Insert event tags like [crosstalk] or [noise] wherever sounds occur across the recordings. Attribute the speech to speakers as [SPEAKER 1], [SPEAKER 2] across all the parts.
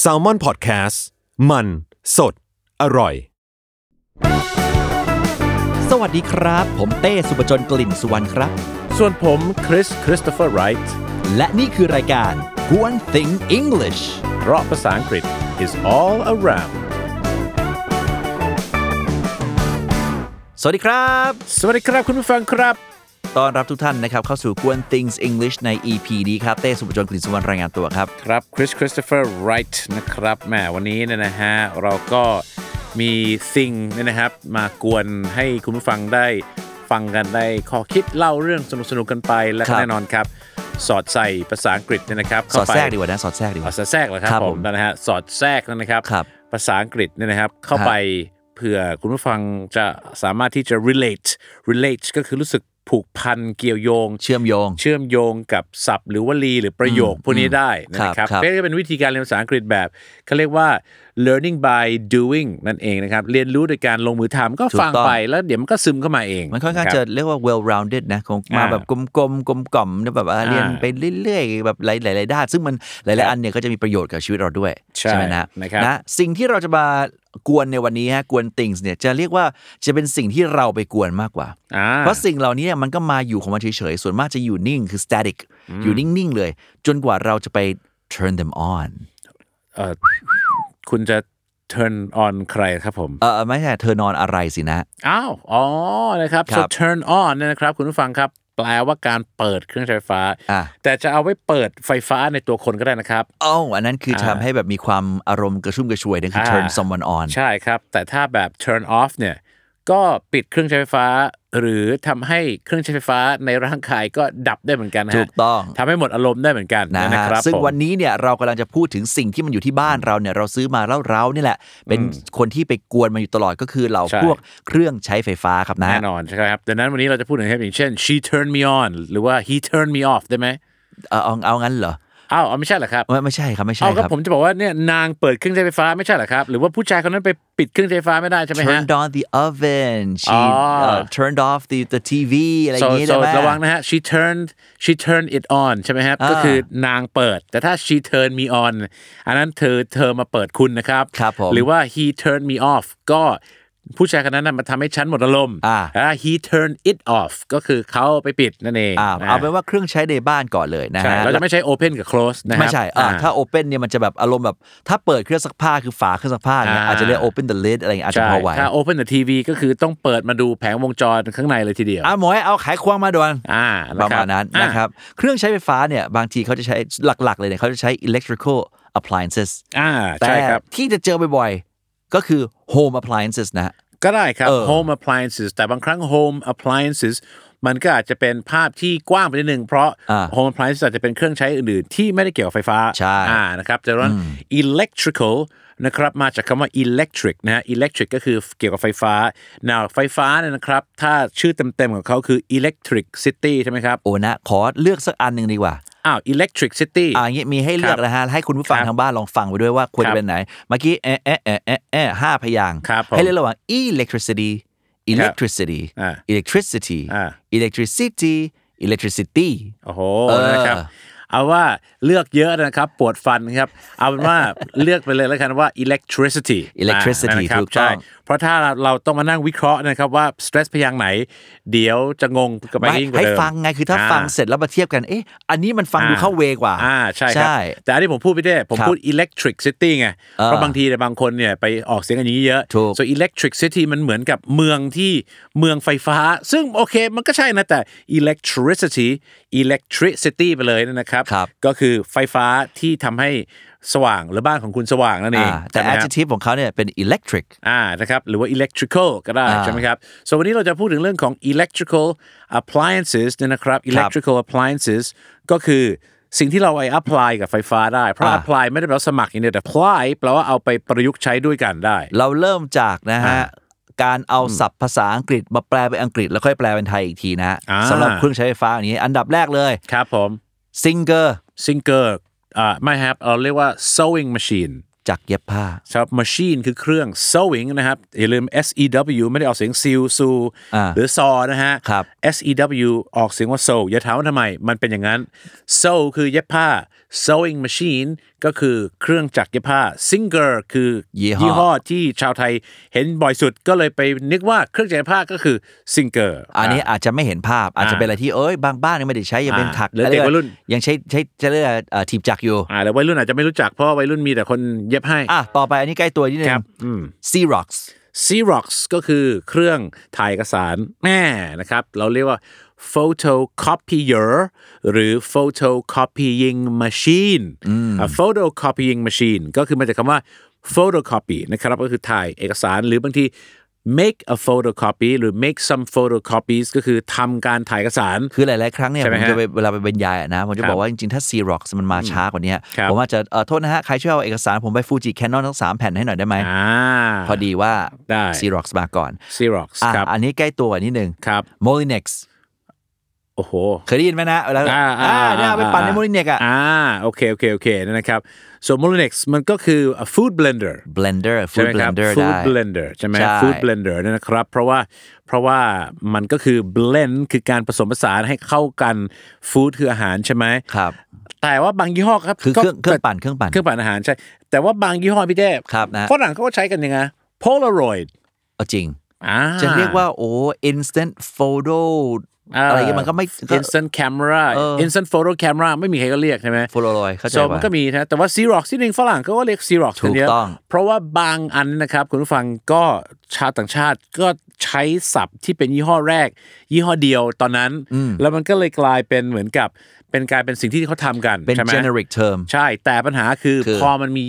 [SPEAKER 1] แซลมอนพอดแคสต์มันสดอร่อย
[SPEAKER 2] สวัสดีครับ ผมเต้สุปจนกลิ่นสุวรรณครับ
[SPEAKER 3] ส่วนผมคริสคริสโตเฟอร์ไรท์
[SPEAKER 2] และนี่คือรายการ One Thing English
[SPEAKER 3] เพราะภาษาอังกฤษ is all around
[SPEAKER 2] สวัสดีครับ
[SPEAKER 3] สวัสดีครับคุณผู้ฟังครับ
[SPEAKER 2] ตอนรับทุกท่านนะครับ เข้าสู่ One Things English ใน EP นี้ครับ เต้สุปจนกลิ่นสุวรรณรายงานตัวครับ
[SPEAKER 3] ครับคริสคริสโตเฟอร์ไรท์นะครับแหมวันนี้เนยนะฮะ เราก็มีสิ่งเนี่ยนะครับ มากวนให้คุณผู้ฟังได้ฟังกันได้ข้อคิดเล่าเรื่องสนุกๆกันไปและ
[SPEAKER 2] ครับ
[SPEAKER 3] แน่นอนครับ สอดใส่ภาษาอังกฤษเนี่ยนะครับ
[SPEAKER 2] ส
[SPEAKER 3] เข้า
[SPEAKER 2] อด
[SPEAKER 3] ไป
[SPEAKER 2] แทรกดีกว่านะ สอดแทรกดีก
[SPEAKER 3] อ๋อ
[SPEAKER 2] ว่า
[SPEAKER 3] สอดแทรกเหรอครั
[SPEAKER 2] ครับ บ
[SPEAKER 3] ผ
[SPEAKER 2] ผม ม
[SPEAKER 3] นะฮะสอดแทรกนั่นนะครับ
[SPEAKER 2] ครับ
[SPEAKER 3] ภาษาอังกฤษเนี่ยนะครับเข้า
[SPEAKER 2] ครับ
[SPEAKER 3] ไปเผื่อคุณผู้ฟังจะสามารถที่จะ relate relate ก็คือรู้สึกผูกพันเกี่ยวโยง
[SPEAKER 2] เชื่อมโยง
[SPEAKER 3] เชื่อมโยงกับศัพท์ หรือวลีหรือประโยคพวกนี้ได้นะครับ
[SPEAKER 2] ครับครับ
[SPEAKER 3] ก็จะเป็นวิธีการเรียนภาษาอังกฤษแบบเขาเรียกว่า learning by doing นั่นเองนะครับ เรียนรู้โดยการลงมือทำก็
[SPEAKER 2] ถูก
[SPEAKER 3] ฟัง
[SPEAKER 2] ต้อง
[SPEAKER 3] ไปแล้วเดี๋ยวมันก็ซึมเข้ามาเอง
[SPEAKER 2] มันค่อนข้าง
[SPEAKER 3] ะรับ
[SPEAKER 2] จะเรียกว่า well rounded นะคง
[SPEAKER 3] อ่าม
[SPEAKER 2] มาแบบกลมๆกลมกล่อมๆนะแบบว่า
[SPEAKER 3] อ่า
[SPEAKER 2] เรียนไปเรื่อยๆ แบบหลายๆหลายๆด้าน ซึ่งมันหลายๆ อันเนี่ยก็จะมีประโยชน์กับชีวิตเราด้วย
[SPEAKER 3] ใช่
[SPEAKER 2] ไหมนะ
[SPEAKER 3] นะครับ
[SPEAKER 2] นะ สิ่งที่เราจะมากวนในวันนี้ฮะกวน things เนี่ยจะเรียกว่าจะเป็นสิ่งที่เราไปกวนมากกว่า
[SPEAKER 3] อ่า
[SPEAKER 2] เพราะสิ่งเหล่านี้มันก็มาอยู่ของมันเฉยๆ ส่วนมากจะอยู่นิ่งคือ static อยู่นิ่ง ๆ เลย จนกว่าเราจะไป turn them on
[SPEAKER 3] เอ่อคุณจะ turn on ใครครับผม
[SPEAKER 2] เออไม่ใช่ turn on อะไรสินะ
[SPEAKER 3] อ้าว อ๋อ นะครับ
[SPEAKER 2] ค
[SPEAKER 3] so
[SPEAKER 2] รับ
[SPEAKER 3] turn on เนยนะครับ คุณผู้ฟังครับ แปลว่าการเปิดเครื่องใช้ไฟฟ้า
[SPEAKER 2] อ่ะ
[SPEAKER 3] แต่จะเอาไว้เปิดไฟฟ้าในตัวคนก็ได้นะครับ
[SPEAKER 2] อ้าวอันนั้นคืออา ทำให้แบบมีความอารมณ์กระชุ่มกระชวยนั่นคืออ
[SPEAKER 3] า
[SPEAKER 2] turn someone on
[SPEAKER 3] ใช่ครับ แต่ถ้าแบบ turn off เนี่ย ก็ปิดเครื่องใช้ไฟฟ้า หรือทำให้เครื่องใช้ไฟฟ้าในร่างกายก็ดับได้เหมือนกันนะฮะ
[SPEAKER 2] ถูกต้อง
[SPEAKER 3] ทำให้หมดอารมณ์ได้เหมือนกัน
[SPEAKER 2] นะฮะ
[SPEAKER 3] นะครับ
[SPEAKER 2] ซึ่ง
[SPEAKER 3] ผม
[SPEAKER 2] วันนี้เนี่ยเรากำลังจะพูดถึงสิ่งที่มันอยู่ที่บ้านเราเนี่ยเราซื้อมาแล้วเราเนี่ยแหละ เป็นคนที่ไปกวนมันอยู่ตลอดก็คือเหล่า
[SPEAKER 3] ใช่
[SPEAKER 2] พวกเครื่องใช้ไฟฟ้าครับนะ
[SPEAKER 3] แน่นอนใช่ครับ ดังนั้นวันนี้เราจะพูดถึงเทปอย่างเช่น she turned me on หรือว่า he turned me off ได้ไหม
[SPEAKER 2] เออเอาเอางั้นเหรอ
[SPEAKER 3] อ้าวเอาไม่ใช่เหรอครับ
[SPEAKER 2] ไม่ไม่ใช่ครับไม่ใช่
[SPEAKER 3] เอา
[SPEAKER 2] ค
[SPEAKER 3] ก็
[SPEAKER 2] รับ
[SPEAKER 3] ผมจะบอกว่าเนี่ยนางเปิดเครื่องใช้ไฟฟ้าไม่ใช่เหรอครับ หรือว่าผู้ชายคนนั้นไปปิดเครื่องใช้ไฟฟ้าไม่ได้ใช่ไหมฮะ
[SPEAKER 2] turned on the oven she
[SPEAKER 3] อ๋อ
[SPEAKER 2] เอ่อ turned off the the TV อะไรอ
[SPEAKER 3] so
[SPEAKER 2] ย่างงี้
[SPEAKER 3] so
[SPEAKER 2] ได้ไหม
[SPEAKER 3] ระวังนะฮะ she turned she turned it on ใช่ไหมครับ
[SPEAKER 2] อ่า
[SPEAKER 3] ก็คือนางเปิด แต่ถ้า she turned me on อันนั้นเธอเธอมาเปิดคุณนะครับ
[SPEAKER 2] ครับผม
[SPEAKER 3] หรือว่า he turned me off ก็ผู้ชายคนนั้นนะมาทำให้ฉันหมดอารมณ์
[SPEAKER 2] อ่า
[SPEAKER 3] แล้ว he turned it off ก็คือเขาไปปิดนั่นเอง
[SPEAKER 2] อ่า
[SPEAKER 3] นะ
[SPEAKER 2] เอาเป็นว่าเครื่องใช้ในบ้านก่อนเลยนะ
[SPEAKER 3] ใช่
[SPEAKER 2] ฮะ
[SPEAKER 3] เราจะไม่ใช้ open กับ close นะครับ
[SPEAKER 2] ไม่ใช่อ่าถ้า open เนี่ยมันจะแบบอารมณ์แบบถ้าเปิดเครื่องซักผ้าคือฝาเครื่องซักผ้าเนี่ย
[SPEAKER 3] อ่า
[SPEAKER 2] อาจจะเรียก open the lid อะไรอย่างเงี้ยอาจจะ
[SPEAKER 3] ใช่
[SPEAKER 2] พอไหว
[SPEAKER 3] ถ้า open the TV ก็คือต้องเปิดมาดูแผงวงจรข้างในเลยทีเดียว
[SPEAKER 2] อ่ะหมวยเอาไขควงมาด่วน
[SPEAKER 3] อ่า
[SPEAKER 2] ป
[SPEAKER 3] ค
[SPEAKER 2] ระ
[SPEAKER 3] บ
[SPEAKER 2] มาณนั้น
[SPEAKER 3] อ่
[SPEAKER 2] นะครับ เครื่องใช้ไฟฟ้าเนี่ย บางทีเขาจะใช้หลัก ๆ เลยเนี่ยเขาจะใช้ electrical appliances
[SPEAKER 3] อ่า
[SPEAKER 2] แต่
[SPEAKER 3] ใช่ครับ
[SPEAKER 2] ที่จะเจอบ่อยๆ ก็คือ home appliances นะ
[SPEAKER 3] ก็ได้ครับ
[SPEAKER 2] เออ
[SPEAKER 3] home appliances แต่บางครั้ง home appliances มันก็อาจจะเป็นภาพที่กว้างไปนิดนึง เพราะ
[SPEAKER 2] อ่า
[SPEAKER 3] home appliances อาจจะเป็นเครื่องใช้อื่นๆ ที่ไม่ได้เกี่ยวกับไฟฟ้า
[SPEAKER 2] ใช่
[SPEAKER 3] อ่านะครับแต่ว่า electrical นะครับมาจากคำว่า electric นะฮะ electric ก็คือเกี่ยวกับไฟฟ้า now ไฟฟ้าเนี่ยนะครับ ถ้าชื่อเต็มๆของเขาคือ electric city ใช่ไหมครับ
[SPEAKER 2] โอ้นะ ขอเลือกสักอันหนึ่งดีกว่า
[SPEAKER 3] อ้าว electric city
[SPEAKER 2] อ่าอย่างงี้มีให้เลือกนะฮะ ให้คุณผู้ฟัง
[SPEAKER 3] ครับ
[SPEAKER 2] ทางบ้านลองฟังไปด้วยว่าควร
[SPEAKER 3] ครั
[SPEAKER 2] จะ
[SPEAKER 3] บ
[SPEAKER 2] เป็นไหน เมื่อกี้เอะเอะเอะเอะเอะห้าพยางค์
[SPEAKER 3] ครับผม
[SPEAKER 2] ให้เลือกระหว่าง electricity electricity
[SPEAKER 3] อ่า
[SPEAKER 2] electricity
[SPEAKER 3] อ่า
[SPEAKER 2] electricity electricity
[SPEAKER 3] โอ้โห
[SPEAKER 2] เออ
[SPEAKER 3] นะครับ เอาว่าเลือกเยอะนะครับ ปวดฟันครับ เอาเป็นว่า เลือกไปเลยแล้วกันว่า electricity
[SPEAKER 2] electricity
[SPEAKER 3] อ่านะครับ
[SPEAKER 2] ถูกต้อง
[SPEAKER 3] ใช่เพราะถ้าเราต้องมานั่งวิเคราะห์นะครับว่า stress พยางค์ไหน เดี๋ยวจะงงกับไป
[SPEAKER 2] ไม่
[SPEAKER 3] ยิ่งกว่า
[SPEAKER 2] ให้
[SPEAKER 3] เดิม
[SPEAKER 2] ฟังไงคือถ้า
[SPEAKER 3] อ่
[SPEAKER 2] ฟังเสร็จแล้วมาเทียบกัน เอ๊ะ อันนี้มันฟังดูเข้าเวกว่า
[SPEAKER 3] อ่าใช่ครับ แต่อันนี้ผมพูดไม่ได้ผม
[SPEAKER 2] ครับ
[SPEAKER 3] พูด electric city ไง
[SPEAKER 2] เออ
[SPEAKER 3] เพราะบางทีเนี่ยบางคนเนี่ยไปออกเสียงกันอย่างนี้เยอะ
[SPEAKER 2] ถูก
[SPEAKER 3] so electric city มันเหมือนกับเมืองที่เมืองไฟฟ้า ซึ่งโอเคมันก็ใช่นะแต่ electricity electricity ไปเลยนะครับ
[SPEAKER 2] ครับ
[SPEAKER 3] ก็คือไฟฟ้าที่ทำให้สว่างหรือบ้านของคุณสว่างนั่นเอง
[SPEAKER 2] อ่าแต่
[SPEAKER 3] ใช่ไหมครับ
[SPEAKER 2] adjective ของเขาเนี่ยเป็น electric
[SPEAKER 3] อ่านะครับหรือว่า electrical ก็ได้
[SPEAKER 2] อ่า
[SPEAKER 3] ใช่ไหมครับส่วนวันนี้เราจะพูดถึงเรื่องของ electrical appliances เนี่ยนะครับ electrical appliances ก็คือสิ่งที่เราไอ้ apply กับไฟฟ้าได้ เพราะ
[SPEAKER 2] อ่า
[SPEAKER 3] apply ไม่ได้แปลว่าสมัครอย่างเดียวแต่ apply แปลว่าเอาไปประยุกต์ใช้ด้วยกันได้
[SPEAKER 2] เราเริ่มจากนะฮะ การเอาศัพท์ภาษาอังกฤษมาแปลเป็นอังกฤษแล้วค่อยแปลเป็นไทยอีกทีนะฮะ
[SPEAKER 3] อ่า
[SPEAKER 2] สำหรับเครื่องใช้ไฟฟ้าอันนี้อันดับแรกเลย
[SPEAKER 3] ครับผม
[SPEAKER 2] singer
[SPEAKER 3] singer อ่าไม่ครับเราเรียกว่า sewing machine
[SPEAKER 2] จากเย็บผ้า
[SPEAKER 3] ครับ machine คือเครื่อง sewing นะครับ อย่าลืม S E W ไม่ได้ออกเสียง seal ซู
[SPEAKER 2] อ่า
[SPEAKER 3] หรือซอนะฮะ
[SPEAKER 2] ครับ
[SPEAKER 3] S E W ออกเสียงว่า sew อย่าถามว่าทำไม มันเป็นอย่างนั้น sew คือเย็บผ้า sewing machine ก็คือเครื่องจักรเย็บผ้า Singer คือ
[SPEAKER 2] ยี่ห้อ
[SPEAKER 3] ห้อที่ชาวไทยเห็นบ่อยสุดก็เลยไปนึกว่าเครื่องจักรเย็บผ้าก็คือ Singer
[SPEAKER 2] อันนี้
[SPEAKER 3] ะ
[SPEAKER 2] อาจจะไม่เห็นภาพอาจจะเป็นอะไรที่เอ้ยบางบ้านยังไม่ได้ใช้ยังเป็น
[SPEAKER 3] อ่า
[SPEAKER 2] ถัก
[SPEAKER 3] หรือเด็กวัยรุ่น
[SPEAKER 2] ยังใช้ใช้จะเรียกว่าเอ่อถีบจักรอยู่
[SPEAKER 3] อ่าแล้ววัยรุ่นอาจจะไม่รู้จักเพราะวัยรุ่นมีแต่คนเย็บให้
[SPEAKER 2] อ่ะต่อไปอันนี้ใกล้ตัวนิดนึ
[SPEAKER 3] ครับ
[SPEAKER 2] ง
[SPEAKER 3] อืม
[SPEAKER 2] Xerox
[SPEAKER 3] Xerox ก็คือเครื่องถ่ายเอกสารแน่นะครับ เราเรียกว่า photocopier หรือ photocopying machine อ่ะ photocopying machine ก็คือมาจากคำว่า photocopy นะครับก็คือถ่ายเอกสารหรือบางที make a photocopy หรือ make some photocopies ก็คือทำการถ่ายเอกสาร
[SPEAKER 2] คือหลาย ๆ ครั้งเนี่ย
[SPEAKER 3] ใช่ไห
[SPEAKER 2] ผม ม
[SPEAKER 3] ฮะ
[SPEAKER 2] จะไปเวลาไปบรรยายอะนะผมจะ
[SPEAKER 3] ครับบอก
[SPEAKER 2] ว่าจริง ๆ ถ้า Xerox มันมาช้ากว่านี้
[SPEAKER 3] ครับ
[SPEAKER 2] ผมอาจจะเอ่อโทษนะฮะ ใครช่วยเอาเอกสารผมไปฟูจิแคนนอนทั้งสามแผ่นให้หน่อยได้ไหม
[SPEAKER 3] อ่า
[SPEAKER 2] พอดีว่า
[SPEAKER 3] ได้
[SPEAKER 2] Xerox มาก่อน
[SPEAKER 3] Xerox
[SPEAKER 2] อ่ะ
[SPEAKER 3] ครับ
[SPEAKER 2] อันนี้ใกล้ตัวนิดนึง
[SPEAKER 3] ครับ
[SPEAKER 2] Molinex
[SPEAKER 3] โอ้โห
[SPEAKER 2] เคยได้ยินไหมนะเวลา
[SPEAKER 3] อ่าอ่า
[SPEAKER 2] อ่าเนี่ยเอาไปปั่นใน Molinex อ่ะ
[SPEAKER 3] อ่าโอเค โอเค โอเคนั่นนะครับ so Molinex มันก็คือ a food blender
[SPEAKER 2] Blender
[SPEAKER 3] ใช่
[SPEAKER 2] Food
[SPEAKER 3] ไหมครับ
[SPEAKER 2] Blender ได้
[SPEAKER 3] food blender ใช่ไหม
[SPEAKER 2] ใช่
[SPEAKER 3] food blender เนี่ยนะครับ เพราะว่าเพราะว่ามันก็คือ blend คือการผสมผสานให้เข้ากัน food คืออาหารใช่ไหม
[SPEAKER 2] ครับ
[SPEAKER 3] แต่ว่าบางยี่ห้อครับ
[SPEAKER 2] คือเครื่อง
[SPEAKER 3] ก็
[SPEAKER 2] เครื่องปั่นเครื่องปั่น
[SPEAKER 3] เครื่องปั่นอาหารใช่ แต่ว่าบางยี่ห้อพี่เต้
[SPEAKER 2] ครับนะ
[SPEAKER 3] ฝรั่งเขาก็ใช้กันยังไง Polaroid
[SPEAKER 2] เอาจริง
[SPEAKER 3] อ่า
[SPEAKER 2] จะเรียกว่าโอ้ instant photo อะไรเงี้ยมันก็ไม่ก็
[SPEAKER 3] instant camera
[SPEAKER 2] เออ
[SPEAKER 3] instant photo camera ไม่มีใครก็เรียกใช่ไหม
[SPEAKER 2] Polaroid เข้าใจ
[SPEAKER 3] โซ
[SPEAKER 2] ปะ
[SPEAKER 3] มันก็มีนะแต่ว่าซีร็อกที่หนึ่งฝรั่งเขาก็เรียกซีร็อก
[SPEAKER 2] ถูกต้อง
[SPEAKER 3] เพราะว่าบางอันนะครับ คุณผู้ฟังก็ชาวต่างชาติก็ใช้ศัพท์ที่เป็นยี่ห้อแรก ยี่ห้อเดียวตอนนั้น แล้วมันก็เลยกลายเป็นเหมือนกับเป็นกลายเป็นสิ่งที่เขาทำกัน
[SPEAKER 2] เป็น
[SPEAKER 3] ใช่ไหม
[SPEAKER 2] generic term
[SPEAKER 3] ใช่ แต่ปัญหาคือ
[SPEAKER 2] คือ
[SPEAKER 3] พอมันมี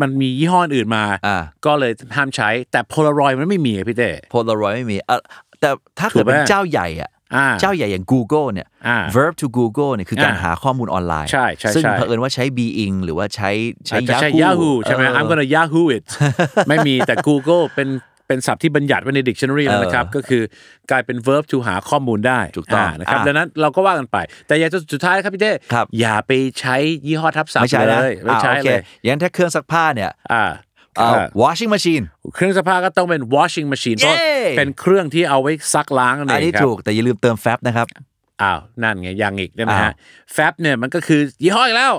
[SPEAKER 3] มันมียี่ห้ออื่นมา
[SPEAKER 2] อ่า
[SPEAKER 3] ก็เลยห้ามใช้แต่โพลารอยมันไม่มีอะพี่เต้
[SPEAKER 2] Polaroid ไม่มีเอ่อแต่ถ้า
[SPEAKER 3] ถู
[SPEAKER 2] เกิ
[SPEAKER 3] ก
[SPEAKER 2] ด
[SPEAKER 3] ไหม
[SPEAKER 2] เป็นเจ้าใหญ่อะ
[SPEAKER 3] อ่า
[SPEAKER 2] เจ้าใหญ่อย่าง Google เนี่ย
[SPEAKER 3] อ่า
[SPEAKER 2] verb to Google เนี่ยคือการ
[SPEAKER 3] อ่า
[SPEAKER 2] หาข้อมูลออนไลน์
[SPEAKER 3] ใช่ใช่
[SPEAKER 2] ซึ่ง
[SPEAKER 3] ใช่
[SPEAKER 2] เผอิญว่าใช้ Bing หรือว่าใช้ใช้
[SPEAKER 3] อาจจะใช้ Yahoo ใช่ไหม
[SPEAKER 2] เออ
[SPEAKER 3] I'm gonna Yahoo it [laughs] ไม่มีแต่ Google เป็นเป็นศัพท์ที่บัญญัติไว้ใน dictionary แล้วนะครับ ก็คือกลายเป็น verb to หาข้อมูลได้
[SPEAKER 2] ถูกต้อง
[SPEAKER 3] านะครับ
[SPEAKER 2] อ่ะ
[SPEAKER 3] ดังนั้นเราก็ว่ากันไป แต่อยากจะสุดท้ายครับพี่เต้
[SPEAKER 2] ครับ
[SPEAKER 3] อย่าไปใช้ยี่ห้อทับศัพ
[SPEAKER 2] ไม่
[SPEAKER 3] ท์
[SPEAKER 2] ใช่
[SPEAKER 3] เล
[SPEAKER 2] นะ
[SPEAKER 3] ย ไม่ใช่
[SPEAKER 2] อ่าโอค
[SPEAKER 3] เลย
[SPEAKER 2] อย่างนั้นถ้าเครื่องซักผ้าเนี่ย
[SPEAKER 3] อ่า
[SPEAKER 2] เอ่อ
[SPEAKER 3] อ่า
[SPEAKER 2] washing machine
[SPEAKER 3] เครื่องซักผ้าก็ต้องเป็น washing machine เพราะ
[SPEAKER 2] เย้
[SPEAKER 3] เป็นเครื่องที่เอาไว้ซักล้างนั่นเอ
[SPEAKER 2] อัน
[SPEAKER 3] ง
[SPEAKER 2] นี้
[SPEAKER 3] ครับ
[SPEAKER 2] ถูกแต่อย่าลืมเติมแฟบนะครับ
[SPEAKER 3] อ้าวนั่นไงยังอีกนะฮะ
[SPEAKER 2] อ้าว
[SPEAKER 3] แฟบเนี่ยมันก็คือยี่ห้ออีกแล้ว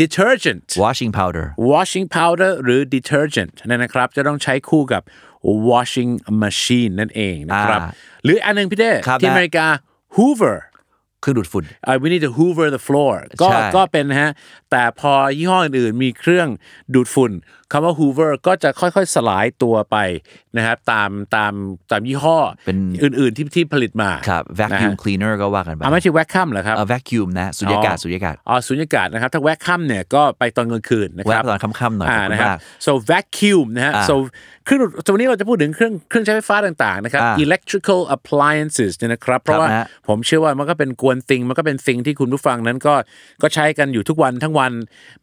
[SPEAKER 3] detergent
[SPEAKER 2] washing powder
[SPEAKER 3] washing powder หรือ detergent นั่นนะครับ จะต้องใช้คู่กับ washing machine นั่นเองนะครับ
[SPEAKER 2] อ่า
[SPEAKER 3] หรืออันหนึงพี่เด้
[SPEAKER 2] ครับ
[SPEAKER 3] ที่
[SPEAKER 2] นะ
[SPEAKER 3] อเมริกา Hoover
[SPEAKER 2] เครื่องดูดฝุ่น
[SPEAKER 3] อ่า we need to hoover the floor ก็
[SPEAKER 2] ใช่
[SPEAKER 3] ก็เป็นนะฮะ แต่พอยี่ห้ออื่นๆมีเครื่องดูดฝุ่นคำว่า hoover ก็จะค่อยๆ สลายตัวไปนะครับ ตามตามตามยี่ห้ออื่นๆที่ที่ผลิตมา
[SPEAKER 2] ครับ
[SPEAKER 3] นะ
[SPEAKER 2] vacuum
[SPEAKER 3] ฮะ
[SPEAKER 2] cleaner ก็ว่ากันไป
[SPEAKER 3] อ่าไม่ใช่แวคคัมเหรอครับ
[SPEAKER 2] เอ่อ vacuum นะสุญญากาศ
[SPEAKER 3] อ๋อ
[SPEAKER 2] สุญญากาศ
[SPEAKER 3] อ๋อสุญญากาศนะครับ ถ้าแวคคัมเนี่ยก็ไปตอนกลางคืนนะค
[SPEAKER 2] แวะ
[SPEAKER 3] รับ
[SPEAKER 2] ตอนค่ำๆหน่อยขอบ
[SPEAKER 3] อ่า
[SPEAKER 2] คุณ
[SPEAKER 3] นะครับ
[SPEAKER 2] มาก
[SPEAKER 3] so vacuum นะฮะ
[SPEAKER 2] อ่า
[SPEAKER 3] so เครื่องดูดแต่วันนี้เราจะพูดถึงเครื่องเครื่องใช้ไฟฟ้าต่างๆนะครับ
[SPEAKER 2] อ่า
[SPEAKER 3] electrical appliances เนี่ยนะครับ เพราะว่า
[SPEAKER 2] นะฮะ
[SPEAKER 3] ผมเชื่อว่ามันก็เป็นกวนติงมันก็เป็นสิ่งที่คุณผู้ฟังนั้นก็ก็ใช้กันอยู่ทุกวันทั้งวัน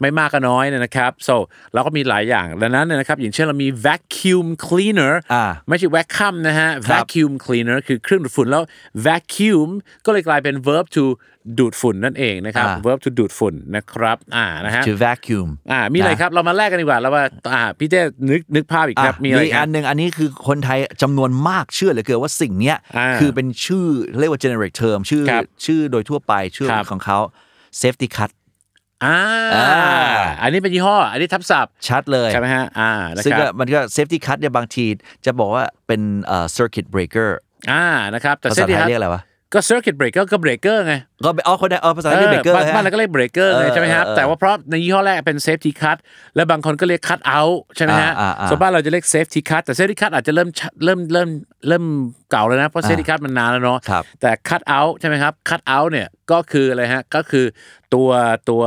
[SPEAKER 3] ไม่มากก็น้อยเนยนะครับ so เราก็มีหลายอย่างดังนั้นเนยนะครับ อย่างเช่นเรามี vacuum cleaner
[SPEAKER 2] อ่า
[SPEAKER 3] ไม่ใช่ vacuum นะฮะ
[SPEAKER 2] ครับ
[SPEAKER 3] vacuum cleaner คือเครื่องดูดฝุ่นแล้ว vacuum ก็เลยกลายเป็น verb to ดูดฝุ่นนั่นเองนะครับ
[SPEAKER 2] อ่า
[SPEAKER 3] verb to ดูดฝุ่นนะครับอ่านะฮะ
[SPEAKER 2] to vacuum
[SPEAKER 3] อ่ามีอะไร
[SPEAKER 2] นะ
[SPEAKER 3] ครับ เรามาแลกกันดีกว่าแล้วว่าอ่าพี่เต้นึกนึกภาพอีกครับ มีอะไร
[SPEAKER 2] มีก
[SPEAKER 3] ครั
[SPEAKER 2] อั
[SPEAKER 3] บ
[SPEAKER 2] นหนึ่งอันนี้คือคนไทยจำนวนมากเชื่อเหลือเกินว่าสิ่งเนี้ย
[SPEAKER 3] อ่า
[SPEAKER 2] คือเป็นชื่อเรียกว่า generic term ชื่อ
[SPEAKER 3] ครับ
[SPEAKER 2] ชื่อโดยทั่วไปชื่อ
[SPEAKER 3] ครับ
[SPEAKER 2] ของเขา safety cut
[SPEAKER 3] อ่า
[SPEAKER 2] อ่า
[SPEAKER 3] อันนี้เป็นยี่ห้อ อันนี้ทับศัพท์
[SPEAKER 2] ชัดเลย
[SPEAKER 3] ใช่ไหมฮะ อ่านะ
[SPEAKER 2] ซึ่ง
[SPEAKER 3] ค
[SPEAKER 2] ก็
[SPEAKER 3] รับ
[SPEAKER 2] มันก็ safety cut เนี่ยบางทีจะบอกว่าเป็นเอ่อ circuit breaker
[SPEAKER 3] อ่านะครับแต่
[SPEAKER 2] ภา
[SPEAKER 3] เส้
[SPEAKER 2] ษาน ไทย
[SPEAKER 3] ที่ทับ
[SPEAKER 2] เรียกอะไรวะ
[SPEAKER 3] ก็ circuit breaker ก็ breaker ไง
[SPEAKER 2] ก็เป็นอ๋อคนไทยเออภาษาไทยเรียก breaker
[SPEAKER 3] บ้านบ้าน
[SPEAKER 2] ฮะ
[SPEAKER 3] เราก็เรียก breaker ไง
[SPEAKER 2] เออ
[SPEAKER 3] ใช่ไหมครับ
[SPEAKER 2] เออ
[SPEAKER 3] แต่ว่าเพราะในยี่ห้อแรกเป็น safety cut และบางคนก็เรียก cut out ใช่ไหมฮะ
[SPEAKER 2] อ่าอ่าอ่า
[SPEAKER 3] ส่วนบ้านเราจะเรียก safety cut แต่ safety cut อาจจะเริ่มชะเริ่มเริ่มเริ่มเก่าแล้วนะ เพราะ safety cut มันนานแล้วเนาะ
[SPEAKER 2] ครับ
[SPEAKER 3] แต่ cut out ใช่ไหมครับ cut out เนี่ยก็คืออะไรฮะก็คือตัวตัว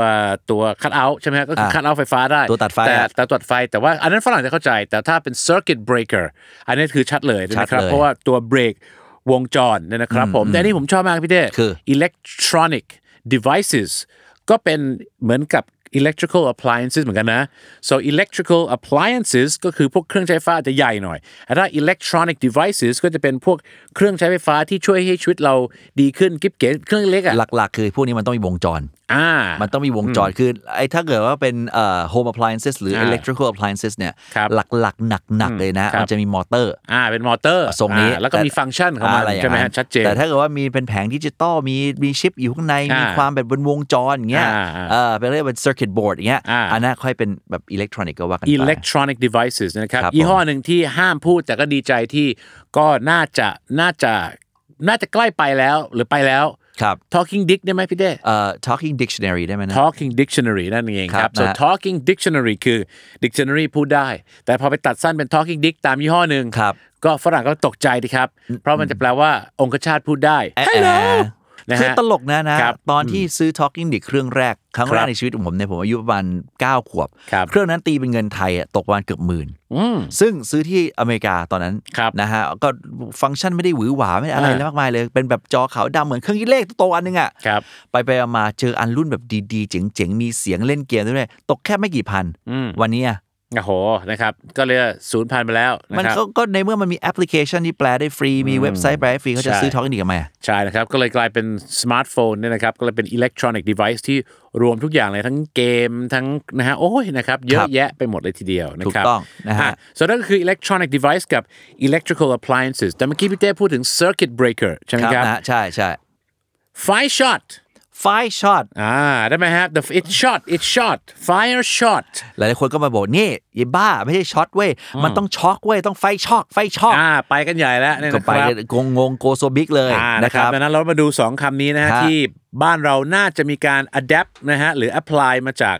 [SPEAKER 3] ตัว cut out ใช่ไหมฮะก็คือ
[SPEAKER 2] อ่ะ
[SPEAKER 3] cut out ไฟฟ้าได้
[SPEAKER 2] ตัวตัดไฟ
[SPEAKER 3] แต่
[SPEAKER 2] อะ
[SPEAKER 3] แต่ตัดไฟแต่ว่าอันนั้นฝรั่งจะเข้าใจ แต่ถ้าเป็น circuit breaker อันนี้คือชัดเลย
[SPEAKER 2] ชัด
[SPEAKER 3] นะ
[SPEAKER 2] เลย
[SPEAKER 3] ครับ เพราะว่าตัวเบรกวงจรเนี่ยนะครับผมแต่อันนี่ผมชอบมากพี่เต้
[SPEAKER 2] คือ
[SPEAKER 3] electronic devices ก็เป็นเหมือนกับ electrical appliances เหมือนกันนะ so electrical appliances ก็คือพวกเครื่องใช้ไฟฟ้าอาจจะใหญ่หน่อยแต่ถ้า electronic devices ก็จะเป็นพวกเครื่องใช้ไฟฟ้าที่ช่วยให้ชีวิตเราดีขึ้นกิ๊บเก๋เครื่องเล็กอ่ะ
[SPEAKER 2] หลักๆ คือพวกนี้มันต้องมีวงจร
[SPEAKER 3] อ่า
[SPEAKER 2] มันต้องมีวงจร คือไอ้ถ้าเกิดว่าเป็นเอ่อ home appliances หรือ
[SPEAKER 3] อ่า
[SPEAKER 2] electrical appliances เนี่ย
[SPEAKER 3] ครับ
[SPEAKER 2] หลักๆ หนัก ๆ เลยนะ
[SPEAKER 3] ครับ
[SPEAKER 2] มันจะมีมอเตอร์
[SPEAKER 3] อ่าเป็นมอเตอร์
[SPEAKER 2] ทรงนี้
[SPEAKER 3] อ่าแล้วก็มี
[SPEAKER 2] แต่
[SPEAKER 3] ฟังก์ชันของมัน
[SPEAKER 2] ไรย่า
[SPEAKER 3] ใช่ไหมฮะชัดเจน
[SPEAKER 2] แต่ถ้าเกิดว่ามีเป็นแผงดิจิตอลมีมีชิปอยู่ข้างใน
[SPEAKER 3] อ่ามี
[SPEAKER 2] มีความแบบบนวงจรอย่างเงี้ย
[SPEAKER 3] อ่าอ่า
[SPEAKER 2] เออเป็นเรียกว่า circuit socket board อย่างเงี้ย
[SPEAKER 3] อ่า
[SPEAKER 2] อันนั้นค่อยเป็นแบบอิเล็กทรอนิกก็ว่ากันไป
[SPEAKER 3] electronic devices นะครับ
[SPEAKER 2] ครับผม
[SPEAKER 3] ยี่ห้อหนึ่งที่ห้ามพูดแต่ก็ดีใจที่ก็น่าจะน่าจะน่าจะใกล้ไปแล้วหรือไปแล้ว
[SPEAKER 2] ครับ
[SPEAKER 3] talking dick ได้ไหมพี่เด้
[SPEAKER 2] เอ่อ talking dictionary ได้ไหมนะ
[SPEAKER 3] Talking Dictionary นั่นเองค
[SPEAKER 2] ครั
[SPEAKER 3] รับ
[SPEAKER 2] บ
[SPEAKER 3] so
[SPEAKER 2] นะ
[SPEAKER 3] Talking Dictionary คือ Dictionary พูดได้ แต่พอไปตัดสั้นเป็น Talking Dick ตามยี่ห้อหนึ่ง
[SPEAKER 2] ครับ
[SPEAKER 3] ก็ฝรั่งก็ตกใจดีครับ เพราะมันจะแปลว่าองคชาตพูดได้
[SPEAKER 2] แอะ
[SPEAKER 3] Hello นะ
[SPEAKER 2] คือ
[SPEAKER 3] ฮะ
[SPEAKER 2] ตลกนะนะครับ ตอนที่ซื้อ Talking Dick เครื่องแรก ครั้ง
[SPEAKER 3] ครับ
[SPEAKER 2] แรกในชีวิตของผมเนี่ยผมอายุประมาณ 9 ขวบ
[SPEAKER 3] ครับ
[SPEAKER 2] เครื่องนั้นตีเป็นเงินไทยอะตกวันเกือบหมื่น
[SPEAKER 3] อืม
[SPEAKER 2] ซึ่งซื้อที่อเมริกาตอนนั้น
[SPEAKER 3] ครับ
[SPEAKER 2] นะฮะก็ฟังก์ชันไม่ได้หวือหวาไม่ได้อะไร
[SPEAKER 3] อ่าม
[SPEAKER 2] ากมายเลย เป็นแบบจอขาวดำเหมือนเครื่องคิดเลขโตๆอันนึงอ่ะ
[SPEAKER 3] ครับ
[SPEAKER 2] ไปไปๆมาๆเจออันรุ่นแบบดีๆ เจ๋งๆ มีเสียงเล่นเกมด้วยตกแค่ไม่กี่พัน
[SPEAKER 3] อืม
[SPEAKER 2] วันนี้อะ
[SPEAKER 3] โอ้โหนะครับ ก็เลยศูนย์พันไปแล้ว
[SPEAKER 2] มัน
[SPEAKER 3] นะครับ
[SPEAKER 2] ก็ก็ในเมื่อมันมีแอปพลิเคชันที่แปลได้ฟรีมีเว็บไซต์แปลได้ฟรีเขาจะ
[SPEAKER 3] ใช่
[SPEAKER 2] ซื้อทอกันดีกันไหมอะ
[SPEAKER 3] ใช่นะครับ ก็เลยกลายเป็นสมาร์ทโฟนเนี่ยนะครับ ก็เลยเป็นอิเล็กทรอนิกส์ device ที่รวมทุกอย่างเลยทั้งเกมทั้งนะฮะโอ้ยนะครับ เยอะแยะไปหมดเลยทีเดียวนะครั
[SPEAKER 2] ถูกต้องนะฮะ
[SPEAKER 3] อ่ส่วนนั่นก็คือ electronic device กับ electrical appliances แต่เมื่อกี้พี่เต้พูดถึง circuit breaker ใช่ไหม
[SPEAKER 2] ครับ
[SPEAKER 3] ครับ
[SPEAKER 2] นะฮะใช่ใช่
[SPEAKER 3] fire shot
[SPEAKER 2] ไฟช็อต
[SPEAKER 3] อ่าได้ไหมฮะ the it shot it shot fire shot
[SPEAKER 2] หลายๆคนก็มาบอกนี่ยายบ้าไม่ใช่ช็อตเว้ยมันต้องช็อกเว้ยต้องไฟช็อกไฟช็อก
[SPEAKER 3] อ่าไปกันใหญ่แล้วเนี่ย
[SPEAKER 2] ก็
[SPEAKER 3] นะค
[SPEAKER 2] ไป
[SPEAKER 3] รับ
[SPEAKER 2] งงงๆโกโซบิกเลย
[SPEAKER 3] อ่า
[SPEAKER 2] นะ
[SPEAKER 3] นะ
[SPEAKER 2] ค
[SPEAKER 3] ครั
[SPEAKER 2] รั
[SPEAKER 3] บบ ดังนั้นเรามาดู 2คำนี้นะฮะ
[SPEAKER 2] ฮะ
[SPEAKER 3] ที่บ้านเราน่าจะมีการ adapt นะฮะหรือ apply มาจาก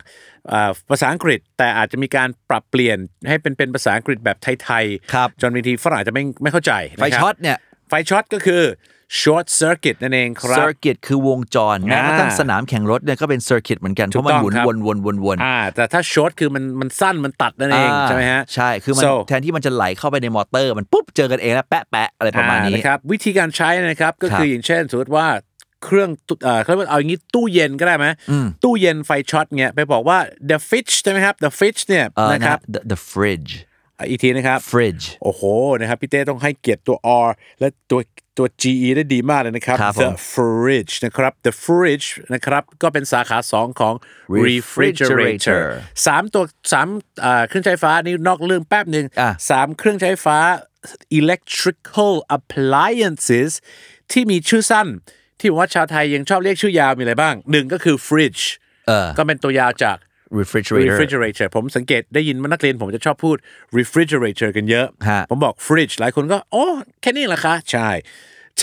[SPEAKER 3] อ่าภาษาอังกฤษ แต่อาจจะมีการปรับเปลี่ยนให้เป็นเป็นภาษาอังกฤษแบบไทย
[SPEAKER 2] ครับ
[SPEAKER 3] จนบางทีฝรั่งอาจจะไม่ไม่เข้าใจ
[SPEAKER 2] ไฟ
[SPEAKER 3] นะครับ
[SPEAKER 2] ช็อตเนี่ย
[SPEAKER 3] ไฟช็อตก็คือ short circuit นั่นเองครับ
[SPEAKER 2] circuit คือวงจรแม้กระทั่ง
[SPEAKER 3] อ่า
[SPEAKER 2] สนามแข่งรถเนี่ยก็เป็น circuit เหมือนกัน เพราะมัน
[SPEAKER 3] ถูก
[SPEAKER 2] หมุน
[SPEAKER 3] ต้องครับ
[SPEAKER 2] วนวนวนวน
[SPEAKER 3] อ่าแต่ถ้า short คือมันมันสั้นมันตัดนั่นเองใช่ไหมฮะ
[SPEAKER 2] ใช่ คือมัน
[SPEAKER 3] So
[SPEAKER 2] แทนที่มันจะไหลเข้าไปในมอเตอร์ มันปุ๊บ เจอกันเองแล้วแปะแปะอะไรประมาณนี้
[SPEAKER 3] อ่นะครับวิธีการใช้นะครับก็
[SPEAKER 2] ครับ
[SPEAKER 3] คืออย่างเช่นสมมติว่าเครื่องตุ๊เอ่อเขาเรียกว่าเอาอย่างนี้ตู้เย็นก็ได้ไหม
[SPEAKER 2] อืม
[SPEAKER 3] ตู้เย็นไฟช็อตเงี้ยไปบอกว่า the fridge ใช่ไหมครับ the fridge เนี่ย
[SPEAKER 2] เออ
[SPEAKER 3] นะ
[SPEAKER 2] นะ
[SPEAKER 3] ค
[SPEAKER 2] ค
[SPEAKER 3] รั
[SPEAKER 2] รับ บ the, the fridge
[SPEAKER 3] อีกทีนะครับ
[SPEAKER 2] fridge
[SPEAKER 3] โอ้โหนะครับพี่เต้ต้องให้เกียรติตัว R และตัวตัว GE ได้ดีมากเลยนะครับ
[SPEAKER 2] ครับผม
[SPEAKER 3] The fridge นะครับ The fridge นะครับก็เป็นสาขา 2 ของ refrigerator
[SPEAKER 2] Refrigerator
[SPEAKER 3] สามตัวสามอ่าเครื่องใช้ไฟฟ้านี่นอกเรื่องแป๊บหนึ่ง
[SPEAKER 2] อ่ะ
[SPEAKER 3] สามเครื่องใช้ฟ้า electrical appliances ที่มีชื่อสั้น ที่ผมว่าชาวไทยยังชอบเรียกชื่อยาวมีอะไรบ้างหนึ่งก็คือ fridge ก็เป็นตัวยาวจาก
[SPEAKER 2] refrigerator
[SPEAKER 3] refrigerator ผมสังเกตได้ยินว่านักเรียนผมจะชอบพูด refrigerator กันเยอะ
[SPEAKER 2] ฮะ
[SPEAKER 3] ผมบอก fridge หลายคนก็อ๋อแค่นี้เหรอคะ ใช่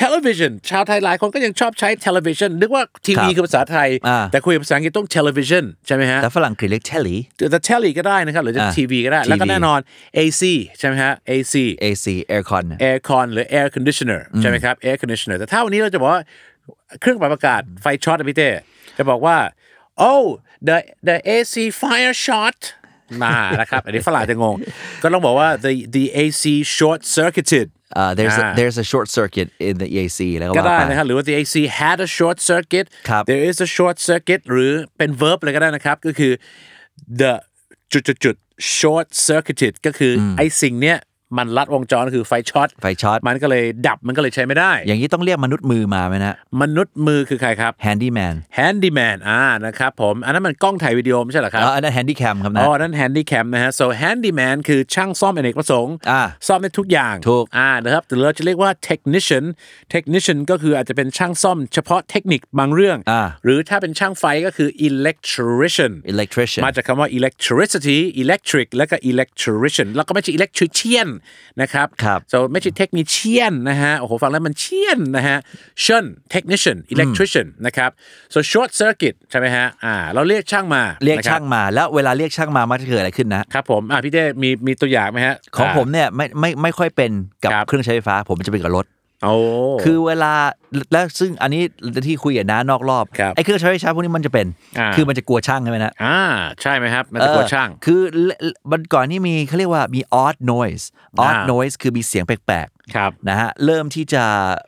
[SPEAKER 3] television ชาวไทยหลายคนก็ยังชอบใช้ television นึกว่าทีวี
[SPEAKER 2] ครับ
[SPEAKER 3] คือภาษาไทย
[SPEAKER 2] อ่า
[SPEAKER 3] แต่คุยภาษาอังกฤษต้อง television ใช่ไหมฮะ
[SPEAKER 2] แต่ฝรั่งคือเรียก telly
[SPEAKER 3] จะ telly ก็ได้นะครับ หรือจะ
[SPEAKER 2] อ่า
[SPEAKER 3] ทีวีก็ได้ แล้วก็
[SPEAKER 2] TV
[SPEAKER 3] แน่นอน AC ใช่ไหมฮะ AC
[SPEAKER 2] ac aircon
[SPEAKER 3] aircon หรือ air conditioner ใช่ไหมครับ air conditioner แต่ถ้าวันนี้เราจะบอกว่าเครื่องปรับอากาศไฟช็อตอะพี่เต้จะบอกว่า oh the the AC fire shot มานะครับ อันนี้ฝรั่งจะงง ก็ต้องบอกว่า the the AC short circuited
[SPEAKER 2] เอ่อ there's a,
[SPEAKER 3] อ่า
[SPEAKER 2] there's a short circuit in the eac แล้วก็
[SPEAKER 3] ก็ได้
[SPEAKER 2] ว่าไป
[SPEAKER 3] นะครับหรือว่า the AC had a short circuit
[SPEAKER 2] ครับ
[SPEAKER 3] there is a short circuit หรือเป็น verb เลยก็ได้นะครับ ก็คือ the จุดจุดจุดๆ short circuited ก็คืออไอ้สิ่งเนี้ยมันลัดวงจรคือไฟช็อต
[SPEAKER 2] ไฟช็อต
[SPEAKER 3] มันก็เลยดับมันก็เลยใช้ไม่ได้
[SPEAKER 2] อย่างนี้ต้องเรียกมนุษย์มือมาไหมนะ
[SPEAKER 3] มนุษย์มือคือใครครับ
[SPEAKER 2] handyman
[SPEAKER 3] handyman อ่านะครับผม อันนั้นมันกล้องถ่ายวิดีโอไม่ใช่เหรอครับ
[SPEAKER 2] อ๋ออันนั้น handycam ครับนะ
[SPEAKER 3] อ๋อนั่น handycam นะฮะ so handyman คือช่างซ่อมอเนกประสงค์
[SPEAKER 2] อ่า
[SPEAKER 3] ซ่อมได้ทุกอย่าง
[SPEAKER 2] ถูก
[SPEAKER 3] อ่านะครับหรือเราจะเรียกว่า technician technician ก็คืออาจจะเป็นช่างซ่อมเฉพาะเทคนิคบางเรื่อง
[SPEAKER 2] อ่า
[SPEAKER 3] หรือถ้าเป็นช่างไฟก็คือ electrician
[SPEAKER 2] electrician
[SPEAKER 3] มาจากคำว่า electricity electric แล้วก็ electrician แล้วก็ไม่ใช่ electrician นะครับ
[SPEAKER 2] ครับ
[SPEAKER 3] so ไม่ใช่ technician นะฮะ โอ้โห ฟังแล้วมันเชียนนะฮะ shun technician electrician นะครับ so short circuit ใช่ไหมฮะ อ่า เราเรียกช่างมา
[SPEAKER 2] เรียก
[SPEAKER 3] นะคบ
[SPEAKER 2] ช่างมาแล้วเวลาเรียกช่างมามันจะเกิดอะไรขึ้นนะ
[SPEAKER 3] ครับผม อ่าพี่เต้มีมีตัวอย่างไหมฮะ
[SPEAKER 2] ของ
[SPEAKER 3] า
[SPEAKER 2] ผมเนี่ยไม่ไม่ไม่ค่อยเป็นกับ
[SPEAKER 3] ครับ
[SPEAKER 2] เครื่องใช้ไฟฟ้า ผมจะเป็นกับรถ
[SPEAKER 3] โอ้
[SPEAKER 2] คือเวลาแล้วซึ่งอันนี้ที่คุยกับน้านอกรอบ
[SPEAKER 3] ครับ
[SPEAKER 2] ไอ้เครื่องใช้ไฟฟ้าพวกนี้มันจะเป็น
[SPEAKER 3] อ่า
[SPEAKER 2] คือมันจะกลัวช่างใช่ไหมนะ
[SPEAKER 3] อ่า ใช่ไหมครับ มันจะกลัวช่าง
[SPEAKER 2] เออคือมันก่อนนี่มีเขาเรียกว่ามี odd noise odd
[SPEAKER 3] อ่า
[SPEAKER 2] noise คือมีเสียงแปลก
[SPEAKER 3] ครับ
[SPEAKER 2] ๆนะฮะเริ่มที่จะ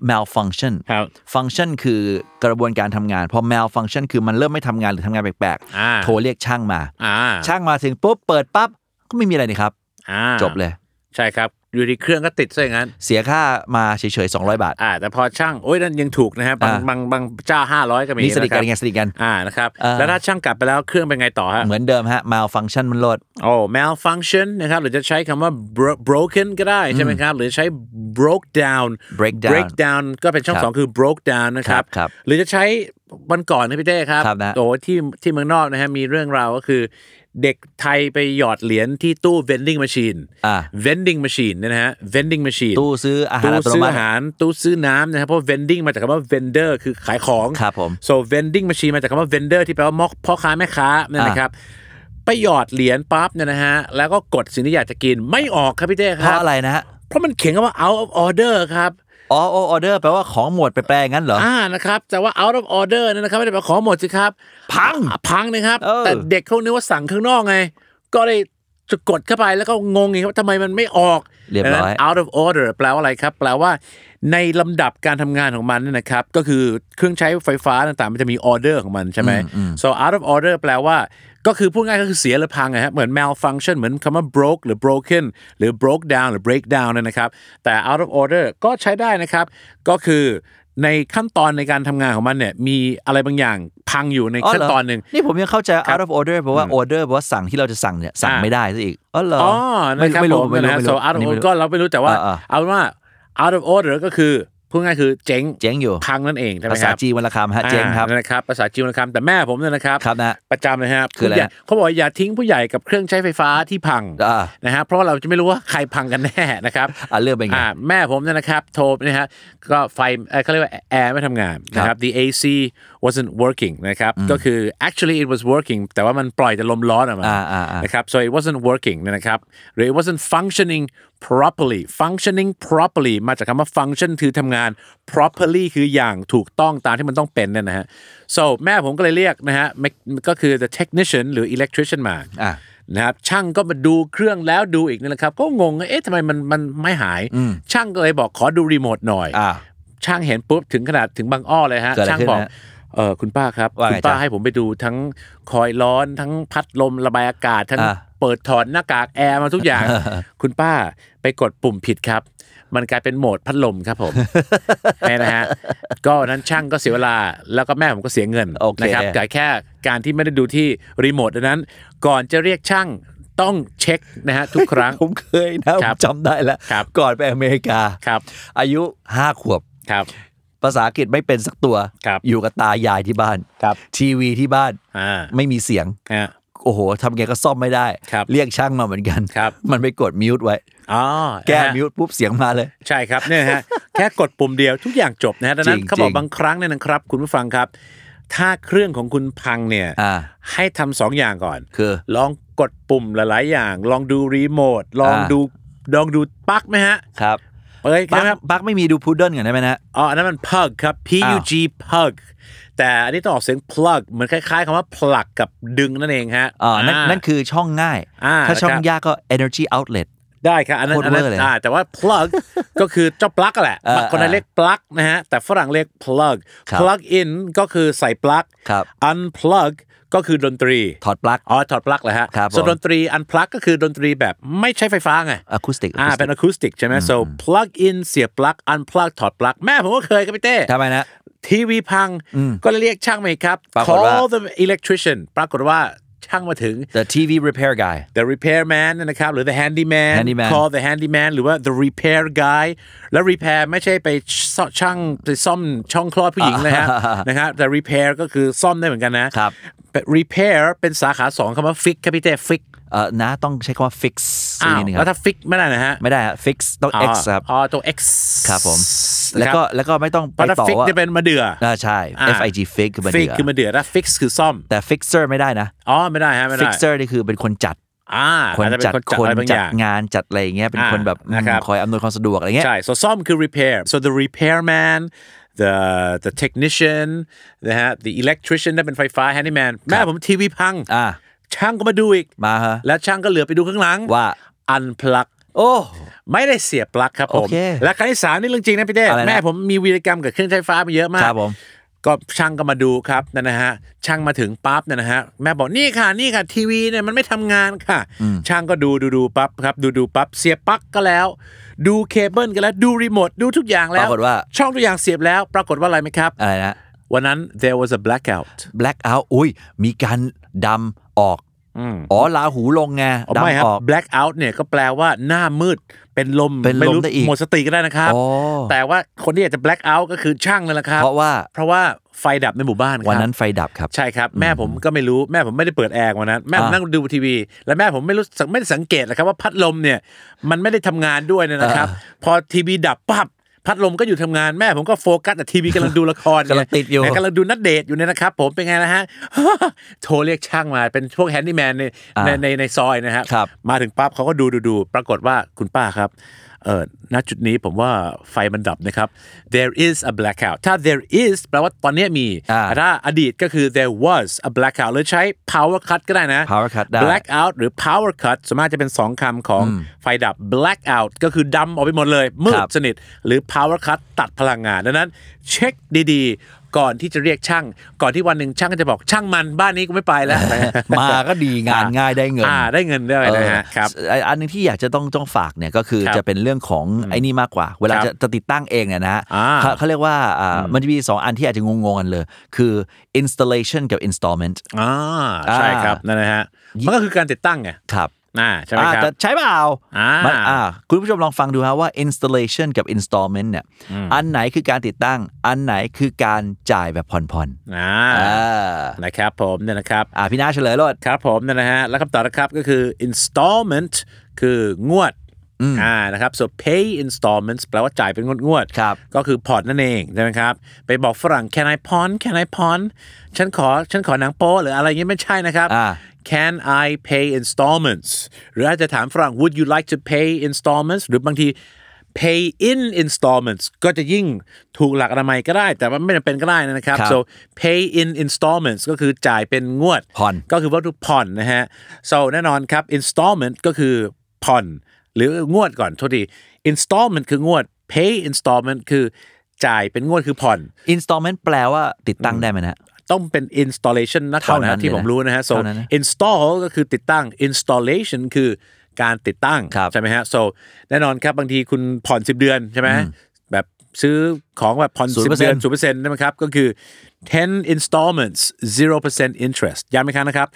[SPEAKER 2] malfunction
[SPEAKER 3] ครับ
[SPEAKER 2] function คือกระบวนการทำงานพอ malfunction คือมันเริ่มไม่ทำงานหรือทำงานแปลก
[SPEAKER 3] อ่า
[SPEAKER 2] ๆโทรเรียกช่างมา
[SPEAKER 3] อ่า
[SPEAKER 2] ช่างมาถึงปุ๊บเปิดปั๊บก็ไม่มีอะไรนี่ครับ
[SPEAKER 3] อ่า
[SPEAKER 2] จบเลย
[SPEAKER 3] ใช่ครับ อยู่ดีเครื่องก็ติดซะอย่างนั้น
[SPEAKER 2] เสียค่ามาเฉยๆ 200 บาท
[SPEAKER 3] อ่า แต่พอช่าง โอ้ยนั่นยังถูกนะฮะ บาง
[SPEAKER 2] อ่า
[SPEAKER 3] บางบางเจ้าห้าร้อยก็มี
[SPEAKER 2] นี่สนิทกัน
[SPEAKER 3] ะครับ
[SPEAKER 2] ไงสนิทกัน
[SPEAKER 3] อ่านะครับ
[SPEAKER 2] อ่า
[SPEAKER 3] แล้วถ้าช่างกลับไปแล้วเครื่องเป็นไงต่อฮะ
[SPEAKER 2] เหมือนเดิมฮะ malfunction มันโหลด
[SPEAKER 3] โอ้ malfunction นะครับหรือจะใช้คำว่า bro- broken ก็ได้ใช่ไหมครับ หรือใช้ broke down
[SPEAKER 2] breakdown
[SPEAKER 3] breakdown ก็เป็นช่อง
[SPEAKER 2] ครับ
[SPEAKER 3] สองคือ broke down นะครั
[SPEAKER 2] ครั
[SPEAKER 3] บ
[SPEAKER 2] บครับ
[SPEAKER 3] หรือจะใช้ วันก่อนนะพี่เต้ครับ
[SPEAKER 2] ครับนะ
[SPEAKER 3] โอ้ที่ที่เมืองนอกนะฮะมีเรื่องราวก็คือ เด็กไทยไปหยอดเหรียญที่ตู้ vending machine
[SPEAKER 2] อ่ะ
[SPEAKER 3] vending machine เนี่ยนะฮะ vending machine
[SPEAKER 2] ตู้ซื้ออาหาร
[SPEAKER 3] ตู้
[SPEAKER 2] อัตโน
[SPEAKER 3] ซื้อ
[SPEAKER 2] มัติ
[SPEAKER 3] อาหารตู้ซื้อน้ำนะครับเพราะ vending มาจากคำว่า vendor คือขายของ
[SPEAKER 2] ครับผม
[SPEAKER 3] so vending machine มาจากคำว่า vendor ที่แปลว่ามอกพ่อค้าแม่ค้านั่นนะครับ ไปหยอดเหรียญปั๊บเนี่ยนะฮะแล้วก็กดสิ่งที่อยากจะกินไม่ออกครับพี่เต้ค
[SPEAKER 2] เพ
[SPEAKER 3] รับ
[SPEAKER 2] ราะอะไรนะฮะ
[SPEAKER 3] เพราะมันเขียนคำว่า out of order ครับ
[SPEAKER 2] อ๋อออเดอร์แปลว่าของหมดไปแปลงั้นเหรอ
[SPEAKER 3] อ่านะครับแต่ว่า out of order เนยนะครับไม่ได้ไปขอหมดสิครับ พังพังนะครับ
[SPEAKER 2] เออ
[SPEAKER 3] แต่เด็กเขานึกว่าสั่งข้างนอกไง ก็เลยจะกดเข้าไปแล้วก็งงไงว่าทำไมมันไม่ออก
[SPEAKER 2] เรียบร้อย
[SPEAKER 3] ดังนั้น out of order แปลว่าอะไรครับ แปลว่าในลำดับการทำงานของมันเนี่ยนะครับ ก็คือเครื่องใช้ไฟฟ้าต่างๆ มันจะมี order ของมันใช่ไหม so out of order แปลว่า ก็คือพูดง่ายก็คือเสียหรือพังนะฮะเหมือน malfunction เหมือนคำว่า broke หรือ broken หรือ broke down หรือ break down เนี่ยนะครับ แต่ out of order ก็ใช้ได้นะครับ ก็คือในขั้นตอนในการทำงานของมันเนี่ยมีอะไรบางอย่างพังอยู่ในขั้นตอนหนึ่ง
[SPEAKER 2] นี่ผมยังเข้าใจ out of order เพราะว่า order เพราะว่าสั่งที่เราจะสั่งเนี่ยสั่ง
[SPEAKER 3] อ่า
[SPEAKER 2] ไม่ได้ซะอีกอ๋อเหรอ
[SPEAKER 3] อ๋อ
[SPEAKER 2] ไม่
[SPEAKER 3] นะครับ
[SPEAKER 2] ไม่รู้
[SPEAKER 3] ผม
[SPEAKER 2] ไม่รู้
[SPEAKER 3] นะฮะ
[SPEAKER 2] ไม่
[SPEAKER 3] so
[SPEAKER 2] รู้
[SPEAKER 3] out
[SPEAKER 2] อัน
[SPEAKER 3] of
[SPEAKER 2] นี้ไม่
[SPEAKER 3] order
[SPEAKER 2] รู้
[SPEAKER 3] ก็เราไม่รู้แต่ว่า
[SPEAKER 2] อ่า
[SPEAKER 3] เอาเป็นว่า out of order ก็คือพูดง่ายๆคือเจ๊ง
[SPEAKER 2] เจ๊งอยู่
[SPEAKER 3] พังนั่นเองใช่ไหม
[SPEAKER 2] ภา
[SPEAKER 3] ค
[SPEAKER 2] ษา
[SPEAKER 3] รับ
[SPEAKER 2] จีนวันละคำฮะเจงครับ
[SPEAKER 3] อ่านะครับภาษาจีนนะครับแต่แม่ผมเนี่ยนะครับ
[SPEAKER 2] ครับนะ
[SPEAKER 3] ประจำเลยฮะ
[SPEAKER 2] คืออะไร
[SPEAKER 3] ผู้ใหญ่
[SPEAKER 2] ฮะ
[SPEAKER 3] เขาบอกว่าอย่าทิ้งผู้ใหญ่กับเครื่องใช้ไฟฟ้าที่พัง
[SPEAKER 2] อ่า
[SPEAKER 3] นะฮะเพราะเราจะไม่รู้ว่าใครพังกันแน่นะครับ
[SPEAKER 2] อ่าเรื่องเป็นไง
[SPEAKER 3] อ่าแม่ผมเนี่ยนะครับโทรนะฮะก็ไฟเอ่อเขาเรียกว่าแอร์ไม่ทำงานนะครับ the AC wasn't working นะครับก็คือ actually it was working แต่ว่ามันปล่อยแต่ลมร้อนออกมา
[SPEAKER 2] อ่าอ่าอ่าน
[SPEAKER 3] นะครับ so it wasn't working เนี่ยนะครับหรือ it wasn't functioning properly functioning properly มาจากคำว่า function คือทำงาน properly คืออย่างถูกต้องตามที่มันต้องเป็นเนี่ยนะฮะ so แม่ผมก็เลยเรียกนะฮะ mech- ก็คือ the technician หรือ electrician มา
[SPEAKER 2] อ่ะ
[SPEAKER 3] นะครับช่างก็มาดูเครื่องแล้วดูอีกนี่แหละครับ ก็งงว่าเอ๊ะทำไมมันมันไม่หาย ช่างก็เลยบอกขอดูรีโมทหน่อย
[SPEAKER 2] อ่า
[SPEAKER 3] ช่างเห็นปุ๊บถึงขนาดถึงบางอ้อเลยฮะ
[SPEAKER 2] เกิดอะไร
[SPEAKER 3] ช่างบอก
[SPEAKER 2] ขึ้นฮะ
[SPEAKER 3] เออคุณป้าครับ
[SPEAKER 2] ว่าไง
[SPEAKER 3] คุณป้า
[SPEAKER 2] จ๊ะ
[SPEAKER 3] ให้ผมไปดูทั้งคอยล์ร้อนทั้งพัดลมระบายอากาศทั้ง
[SPEAKER 2] อ่า
[SPEAKER 3] เปิดถอดหน้ากากแอร์มาทุก
[SPEAKER 2] [laughs]
[SPEAKER 3] อย่าง คุณป้าไปกดปุ่มผิดครับ มันกลายเป็นโหมดพัดลมครับ
[SPEAKER 2] [laughs]
[SPEAKER 3] ผมนี่นะฮะก็วันนั้นช่างก็เสียเวลาแล้วก็แม่ผมก็เสียเงิน
[SPEAKER 2] โอเค
[SPEAKER 3] นะครับ แต่แค่การที่ไม่ได้ดูที่รีโมทดังนั้น ก่อนจะเรียกช่างต้องเช็คนะฮะทุกค
[SPEAKER 2] [laughs]
[SPEAKER 3] รั้ง
[SPEAKER 2] ผมเคยนะผ
[SPEAKER 3] ครั
[SPEAKER 2] ม
[SPEAKER 3] บ
[SPEAKER 2] จำได้แล้ว
[SPEAKER 3] ครับ
[SPEAKER 2] ก่อนไปอเมริกา
[SPEAKER 3] ครับ
[SPEAKER 2] อายุห้าขวบ
[SPEAKER 3] ครับ
[SPEAKER 2] ภาษาอังกฤษไม่เป็นสักตัว
[SPEAKER 3] ครับ
[SPEAKER 2] อยู่กับตายายที่บ้าน
[SPEAKER 3] ครับ
[SPEAKER 2] ทีวีที่บ้าน
[SPEAKER 3] อ่า
[SPEAKER 2] ไม่มีเสียง
[SPEAKER 3] ฮะ
[SPEAKER 2] โอ้โหทำไงก็ซ่อมไม่ได้
[SPEAKER 3] ครับ
[SPEAKER 2] เรียกช่างมาเหมือนกัน
[SPEAKER 3] ครับ
[SPEAKER 2] มันไปกดมิวต์ไว้
[SPEAKER 3] อ๋อ
[SPEAKER 2] แก้
[SPEAKER 3] นะฮะ
[SPEAKER 2] มิวต์ปุ๊บเสียงมาเลย
[SPEAKER 3] ใช่ครับเนี่ย
[SPEAKER 2] [laughs]
[SPEAKER 3] ฮะ แค่กดปุ่มเดียวทุกอย่างจบนะฮะดังนั้น
[SPEAKER 2] จริง
[SPEAKER 3] เขาบอก
[SPEAKER 2] จริง
[SPEAKER 3] บางครั้งเนี่ยนะครับ คุณผู้ฟังครับ ถ้าเครื่องของคุณพังเนี่ย
[SPEAKER 2] อ่า
[SPEAKER 3] ให้ทำสองอย่างก่อน
[SPEAKER 2] คือ
[SPEAKER 3] ลองกดปุ่มหลายๆอย่าง ลองดูรีโมทลอง
[SPEAKER 2] อ่า
[SPEAKER 3] ดูลองดูปลั๊กไหมฮะ
[SPEAKER 2] ครับ
[SPEAKER 3] เอ้ย
[SPEAKER 2] บัก
[SPEAKER 3] นะครับ
[SPEAKER 2] บักไม่มีดูพุดเดิ้ลกันได้ไหมนะ
[SPEAKER 3] อ๋ออันนั้นมัน plug ครับ P U G plug แต่อันนี้ต้องออกเสียง plug เหมือนคล้ายๆคำว่า plug กับดึงนั่นเองฮะ
[SPEAKER 2] อ่านั่น
[SPEAKER 3] อ่า
[SPEAKER 2] นั่นคือช่องง่าย
[SPEAKER 3] อ่า
[SPEAKER 2] ถ้าช่อง
[SPEAKER 3] นะครับ
[SPEAKER 2] ยากก็ energy outlet
[SPEAKER 3] ได้ครับอันนั้น
[SPEAKER 2] โคตร
[SPEAKER 3] อันนั้น
[SPEAKER 2] เวอร์เลย
[SPEAKER 3] อ่าแต่ว่า plug ก็คือ [laughs] เจ้าปลั๊กแหละ
[SPEAKER 2] เออ
[SPEAKER 3] คนคนไทยเรียกปลั๊กนะฮะแต่ฝรั่งเรียก plug
[SPEAKER 2] ครับ
[SPEAKER 3] plug in ก็คือใส่ปลั๊ก
[SPEAKER 2] ครับ
[SPEAKER 3] unplug ก็คือดนตรี
[SPEAKER 2] ถอดปลั๊ก
[SPEAKER 3] อ๋อถอดปลั๊กเหรอฮะ
[SPEAKER 2] ครับผม
[SPEAKER 3] ส่วนดนตรี unplug ก็คือดนตรีแบบไม่ใช้ไฟฟ้าไง
[SPEAKER 2] อะคูสติก
[SPEAKER 3] อ่าเป็นอะคูสติกใช่ไหม so plug in เสียบปลั๊ก unplug ถอดปลั๊กแม่ผมก็เคยครับพี่เต้
[SPEAKER 2] ทำไมนะ
[SPEAKER 3] ทีวีพังก็เลยเรียกช่างมาอีกครับ
[SPEAKER 2] ปรากฏว่า
[SPEAKER 3] call the electrician ปรากฏว่าช่างมาถึง
[SPEAKER 2] the TV repair guy
[SPEAKER 3] the repairman นะครับหรือ the handyman
[SPEAKER 2] Handyman
[SPEAKER 3] call the handyman หรือว่า the repair guy และ repair ไม่ใช่ไปซ่อช่างไปซ่อมช่องคลอดผู้หญิงนะ
[SPEAKER 2] [laughs]
[SPEAKER 3] ฮะ นะครับแต่ repair ก็คือซ่อมได้เหมือนกันนะครับ แต่ repair เป็นสาขาสองคำว่า fix ครับพี่เต้ fix
[SPEAKER 2] เอ่อนะต้องใช้คำว่า fix
[SPEAKER 3] อ้าว
[SPEAKER 2] นิดนึงครั
[SPEAKER 3] แล้ว
[SPEAKER 2] บ
[SPEAKER 3] ถ้า fix ไม่ได้นะฮะ
[SPEAKER 2] ไม่ได้ฮะ fix ต้อง
[SPEAKER 3] อ๋อ
[SPEAKER 2] x ครับ
[SPEAKER 3] อ๋อตัว x
[SPEAKER 2] ครับผม
[SPEAKER 3] นะครับ
[SPEAKER 2] แล้วก็แล้วก็ไม่ต้อง
[SPEAKER 3] เพ
[SPEAKER 2] ไป
[SPEAKER 3] ราะถ้า
[SPEAKER 2] ต่อ
[SPEAKER 3] fix
[SPEAKER 2] ว่า
[SPEAKER 3] จะเป็นมาเดือ
[SPEAKER 2] อ่าใช่
[SPEAKER 3] อ่า
[SPEAKER 2] fig fix คือมันเดื
[SPEAKER 3] fix คือ
[SPEAKER 2] อ
[SPEAKER 3] มาเดือแล้ว fix คือซ่อม
[SPEAKER 2] แต่ fixer ไม่ได้นะ
[SPEAKER 3] อ๋อไม่ได้ฮะไม่ได้
[SPEAKER 2] fixer นี่คือเป็นคนจัด
[SPEAKER 3] อ่า
[SPEAKER 2] คน
[SPEAKER 3] อาจจะเป็
[SPEAKER 2] จัด
[SPEAKER 3] น
[SPEAKER 2] ค
[SPEAKER 3] คนจัดอะ
[SPEAKER 2] น
[SPEAKER 3] ไรบางอ
[SPEAKER 2] จัด
[SPEAKER 3] ย่าง
[SPEAKER 2] งานจัดอะไรอย่างเงี้ยเป็น
[SPEAKER 3] อ่า
[SPEAKER 2] คนแบบอืม
[SPEAKER 3] นะครับ
[SPEAKER 2] คอยอำนวยความสะดวกอะไรเงี้ย
[SPEAKER 3] ใช่ so ซ่อมคือ repair so the repairman the the technician นะฮะ the electrician นั่นเป็นไฟฟ้า handyman แม่ผมทีวีพัง
[SPEAKER 2] อ่า
[SPEAKER 3] ช่างก็มาดูอีก
[SPEAKER 2] มาฮะ
[SPEAKER 3] แล้วช่างก็เหลือไปดูข้างหลัง
[SPEAKER 2] ว่า
[SPEAKER 3] unplug
[SPEAKER 2] โอ้
[SPEAKER 3] ไม่ได้เสียบปลั๊กครับผม
[SPEAKER 2] โอเค
[SPEAKER 3] และครั้งที่สามนี่เรื่องจริงนะพี่เต้
[SPEAKER 2] อะไรนะ
[SPEAKER 3] แม่ผมมีวีรกรรมกับเครื่องใช้ไฟฟ้ามาเยอะมาก
[SPEAKER 2] ครับผม
[SPEAKER 3] ก็ช่างก็มาดูครับนั่นนะฮะช่างมาถึงปั๊บเนี่ยนะฮะแม่บอกนี่ค่ะนี่ค่ะ ทีวีเนี่ยมันไม่ทำงานค่ะ ช่างก็ดูดูดูปั๊บครับดูดูปั๊บเสียบปลั๊กก็แล้ว ดูเคเบิลก็แล้วดูรีโมทดูทุกอย่างแล้ว
[SPEAKER 2] ปรากฏว่า
[SPEAKER 3] ช่องทุกอย่างเสียบแล้ว ปรากฏว่าอะไรไหมครับ
[SPEAKER 2] อะไรนะ
[SPEAKER 3] วันนั้น there was a blackout
[SPEAKER 2] black out อุ้ย มีการดำออก
[SPEAKER 3] อืม
[SPEAKER 2] อ๋อลาหูลงไง
[SPEAKER 3] อ๋อไม่ครับ
[SPEAKER 2] ดำออก
[SPEAKER 3] black out เนี่ยก็แปลว่าหน้ามืดเป็นลม
[SPEAKER 2] เป็นลม
[SPEAKER 3] ไม่รู้
[SPEAKER 2] ได้อีก
[SPEAKER 3] หมดสติก็ได้นะครับ
[SPEAKER 2] อ๋อ
[SPEAKER 3] แต่ว่าคนที่อยากจะ black out ก็คือช่างนั่นแหละครับ
[SPEAKER 2] เพราะว่า
[SPEAKER 3] เพราะว่าไฟดับในหมู่บ้านครับ
[SPEAKER 2] วันนั้นไฟดับครับ
[SPEAKER 3] ใช่ครับ แม่ผมก็ไม่รู้แม่ผมไม่ได้เปิดแอร์วันนั้น แม่ผม
[SPEAKER 2] อ่านั่
[SPEAKER 3] นั่งดูทีวี และแม่ผมไม่รู้สังไม่ได้สังเกตนะครับว่าพัดลมเนี่ยมันไม่ได้ทำงานด้วยเนี่ยนะครับ พอทีวีดับปั๊บพัดลมก็อยู่ทำงานแม่ผมก็โฟกัสแต่ทีวีกำลังดูละคร
[SPEAKER 2] กำลังติดอยู่
[SPEAKER 3] ไกำลังดูนัดเดทอยู่เนี่ยนะครับ ผมเป็นไงนะฮะ [laughs] โทรเรียกช่างมาเป็นพวกแฮนดี้แมนใน
[SPEAKER 2] อ่า
[SPEAKER 3] ในในในซอยนะฮะ
[SPEAKER 2] ครับ
[SPEAKER 3] มาถึงปั๊บเขาก็ดูดูดูปรากฏว่าคุณป้าครับเออณจุดนี้ผมว่าไฟมันดับนะครับ there is a blackout ถ้า there is แปลว่าตอนเนี้ยมี
[SPEAKER 2] อ่า
[SPEAKER 3] แต่ถ้าอดีตก็คือ there was a blackout หรือใช้ power cut ก็ได้นะ
[SPEAKER 2] power cut ได้
[SPEAKER 3] blackout หรือ power cut ส่วนมากจะเป็นสองคำของไฟดับ blackout ก็คือดำออกไปหมดเลย มื
[SPEAKER 2] ค
[SPEAKER 3] ด
[SPEAKER 2] รับ
[SPEAKER 3] สนิท หรือ power cut ตัดพลังงานดังนั้น เช็คดีๆ ก่อนที่จะเรียกช่าง ก่อนที่วันหนึ่งช่างก็จะบอกช่างมันบ้านนี้กูไม่ไปแล้ว
[SPEAKER 2] [laughs]
[SPEAKER 3] [laughs]
[SPEAKER 2] มาก็ดีงานง่ายได้เงิน
[SPEAKER 3] อ่าได้เงินด้วยนะฮะครับ
[SPEAKER 2] เอ่ออันหนึงที่อยากจะต้องต้องฝากเนี่ยก็คือ
[SPEAKER 3] ครับ
[SPEAKER 2] จะเป็นเรื่องของไอ้นี่มากกว่า เวลา
[SPEAKER 3] ครับ
[SPEAKER 2] จะจะติดตั้งเองเนี่ยนะฮะ
[SPEAKER 3] อ่า
[SPEAKER 2] เขาเขาเรียกว่าอ่ามันจะมีสองอันที่อาจจะงงๆกันเลย คือ installation กับ installment
[SPEAKER 3] อ่าใช่ครับนั่นนะฮะมันก็คือการติดตั้งไง
[SPEAKER 2] ครับ
[SPEAKER 3] อ่าใช่ไหม
[SPEAKER 2] อ่า
[SPEAKER 3] ครับ
[SPEAKER 2] แต่ใช้เปล่า
[SPEAKER 3] อ่ามั
[SPEAKER 2] นอ่าคุณผู้ชมลองฟังดูฮะว่า installation กับ installment เนี่ยอันไหนคือการติดตั้ง อันไหนคือการจ่ายแบบผ่อนผ่อน
[SPEAKER 3] อ่า
[SPEAKER 2] ๆอ่า
[SPEAKER 3] นะครับผมเนี่ยนะครับ
[SPEAKER 2] อ่าพี่นาเฉลยรถ
[SPEAKER 3] ครับผมนั่นนะฮะ และคำตอบนะครับก็คือ installment คืองวดอ่านะครับ so pay installments แปลว่าจ่ายเป็นงวดงวดๆ
[SPEAKER 2] ครับ
[SPEAKER 3] ก็คือผ่อนนั่นเองใช่ไหมครับ ไปบอกฝรั่ง can I pawn can I pawn ฉันขอฉันขอหนังโป๊หรืออะไรเงี้ยไม่ใช่นะครับ
[SPEAKER 2] อ่า
[SPEAKER 3] Can I pay installments หรืออาจจะถามฝรั่ง Would you like to pay installments หรือบางที pay in installments ก็จะยิ่งถูกหลักอนามัยก็ได้ แต่ว่าไม่จำเป็นก็ได้นะครับ
[SPEAKER 2] ครับ
[SPEAKER 3] so pay in installments ก็คือจ่ายเป็นงวด
[SPEAKER 2] ผ่อน
[SPEAKER 3] ก็คือว่าทุกผ่อนนะฮะ so แน่นอนครับ installment ก็คือผ่อน หรืองวดก่อนโทษที installment คืองวด pay installment คือจ่ายเป็นงวดคือผ่อน
[SPEAKER 2] installment แปลว่าติดตั้งได้ไหมนะฮะ
[SPEAKER 3] ต้องเป็น installation นะก่อน
[SPEAKER 2] เท่านั้
[SPEAKER 3] นะ
[SPEAKER 2] น
[SPEAKER 3] ที่ผมรู้นะฮะ so
[SPEAKER 2] เท่านั้นนะ
[SPEAKER 3] install ก็คือติดตั้ง installation คือการติดตั้ง
[SPEAKER 2] ครับ
[SPEAKER 3] ใช่ไหมฮะ so แน่นอนครับบางทีคุณผ่อน 10 เดือนใช่ไหมแบบซื้อของแบบผ่อน 10
[SPEAKER 2] 0%
[SPEAKER 3] เดือน0%ใช่ไหมครับก็คือ 10 installments 0% interest ย้ำอีกครั้งนะครับ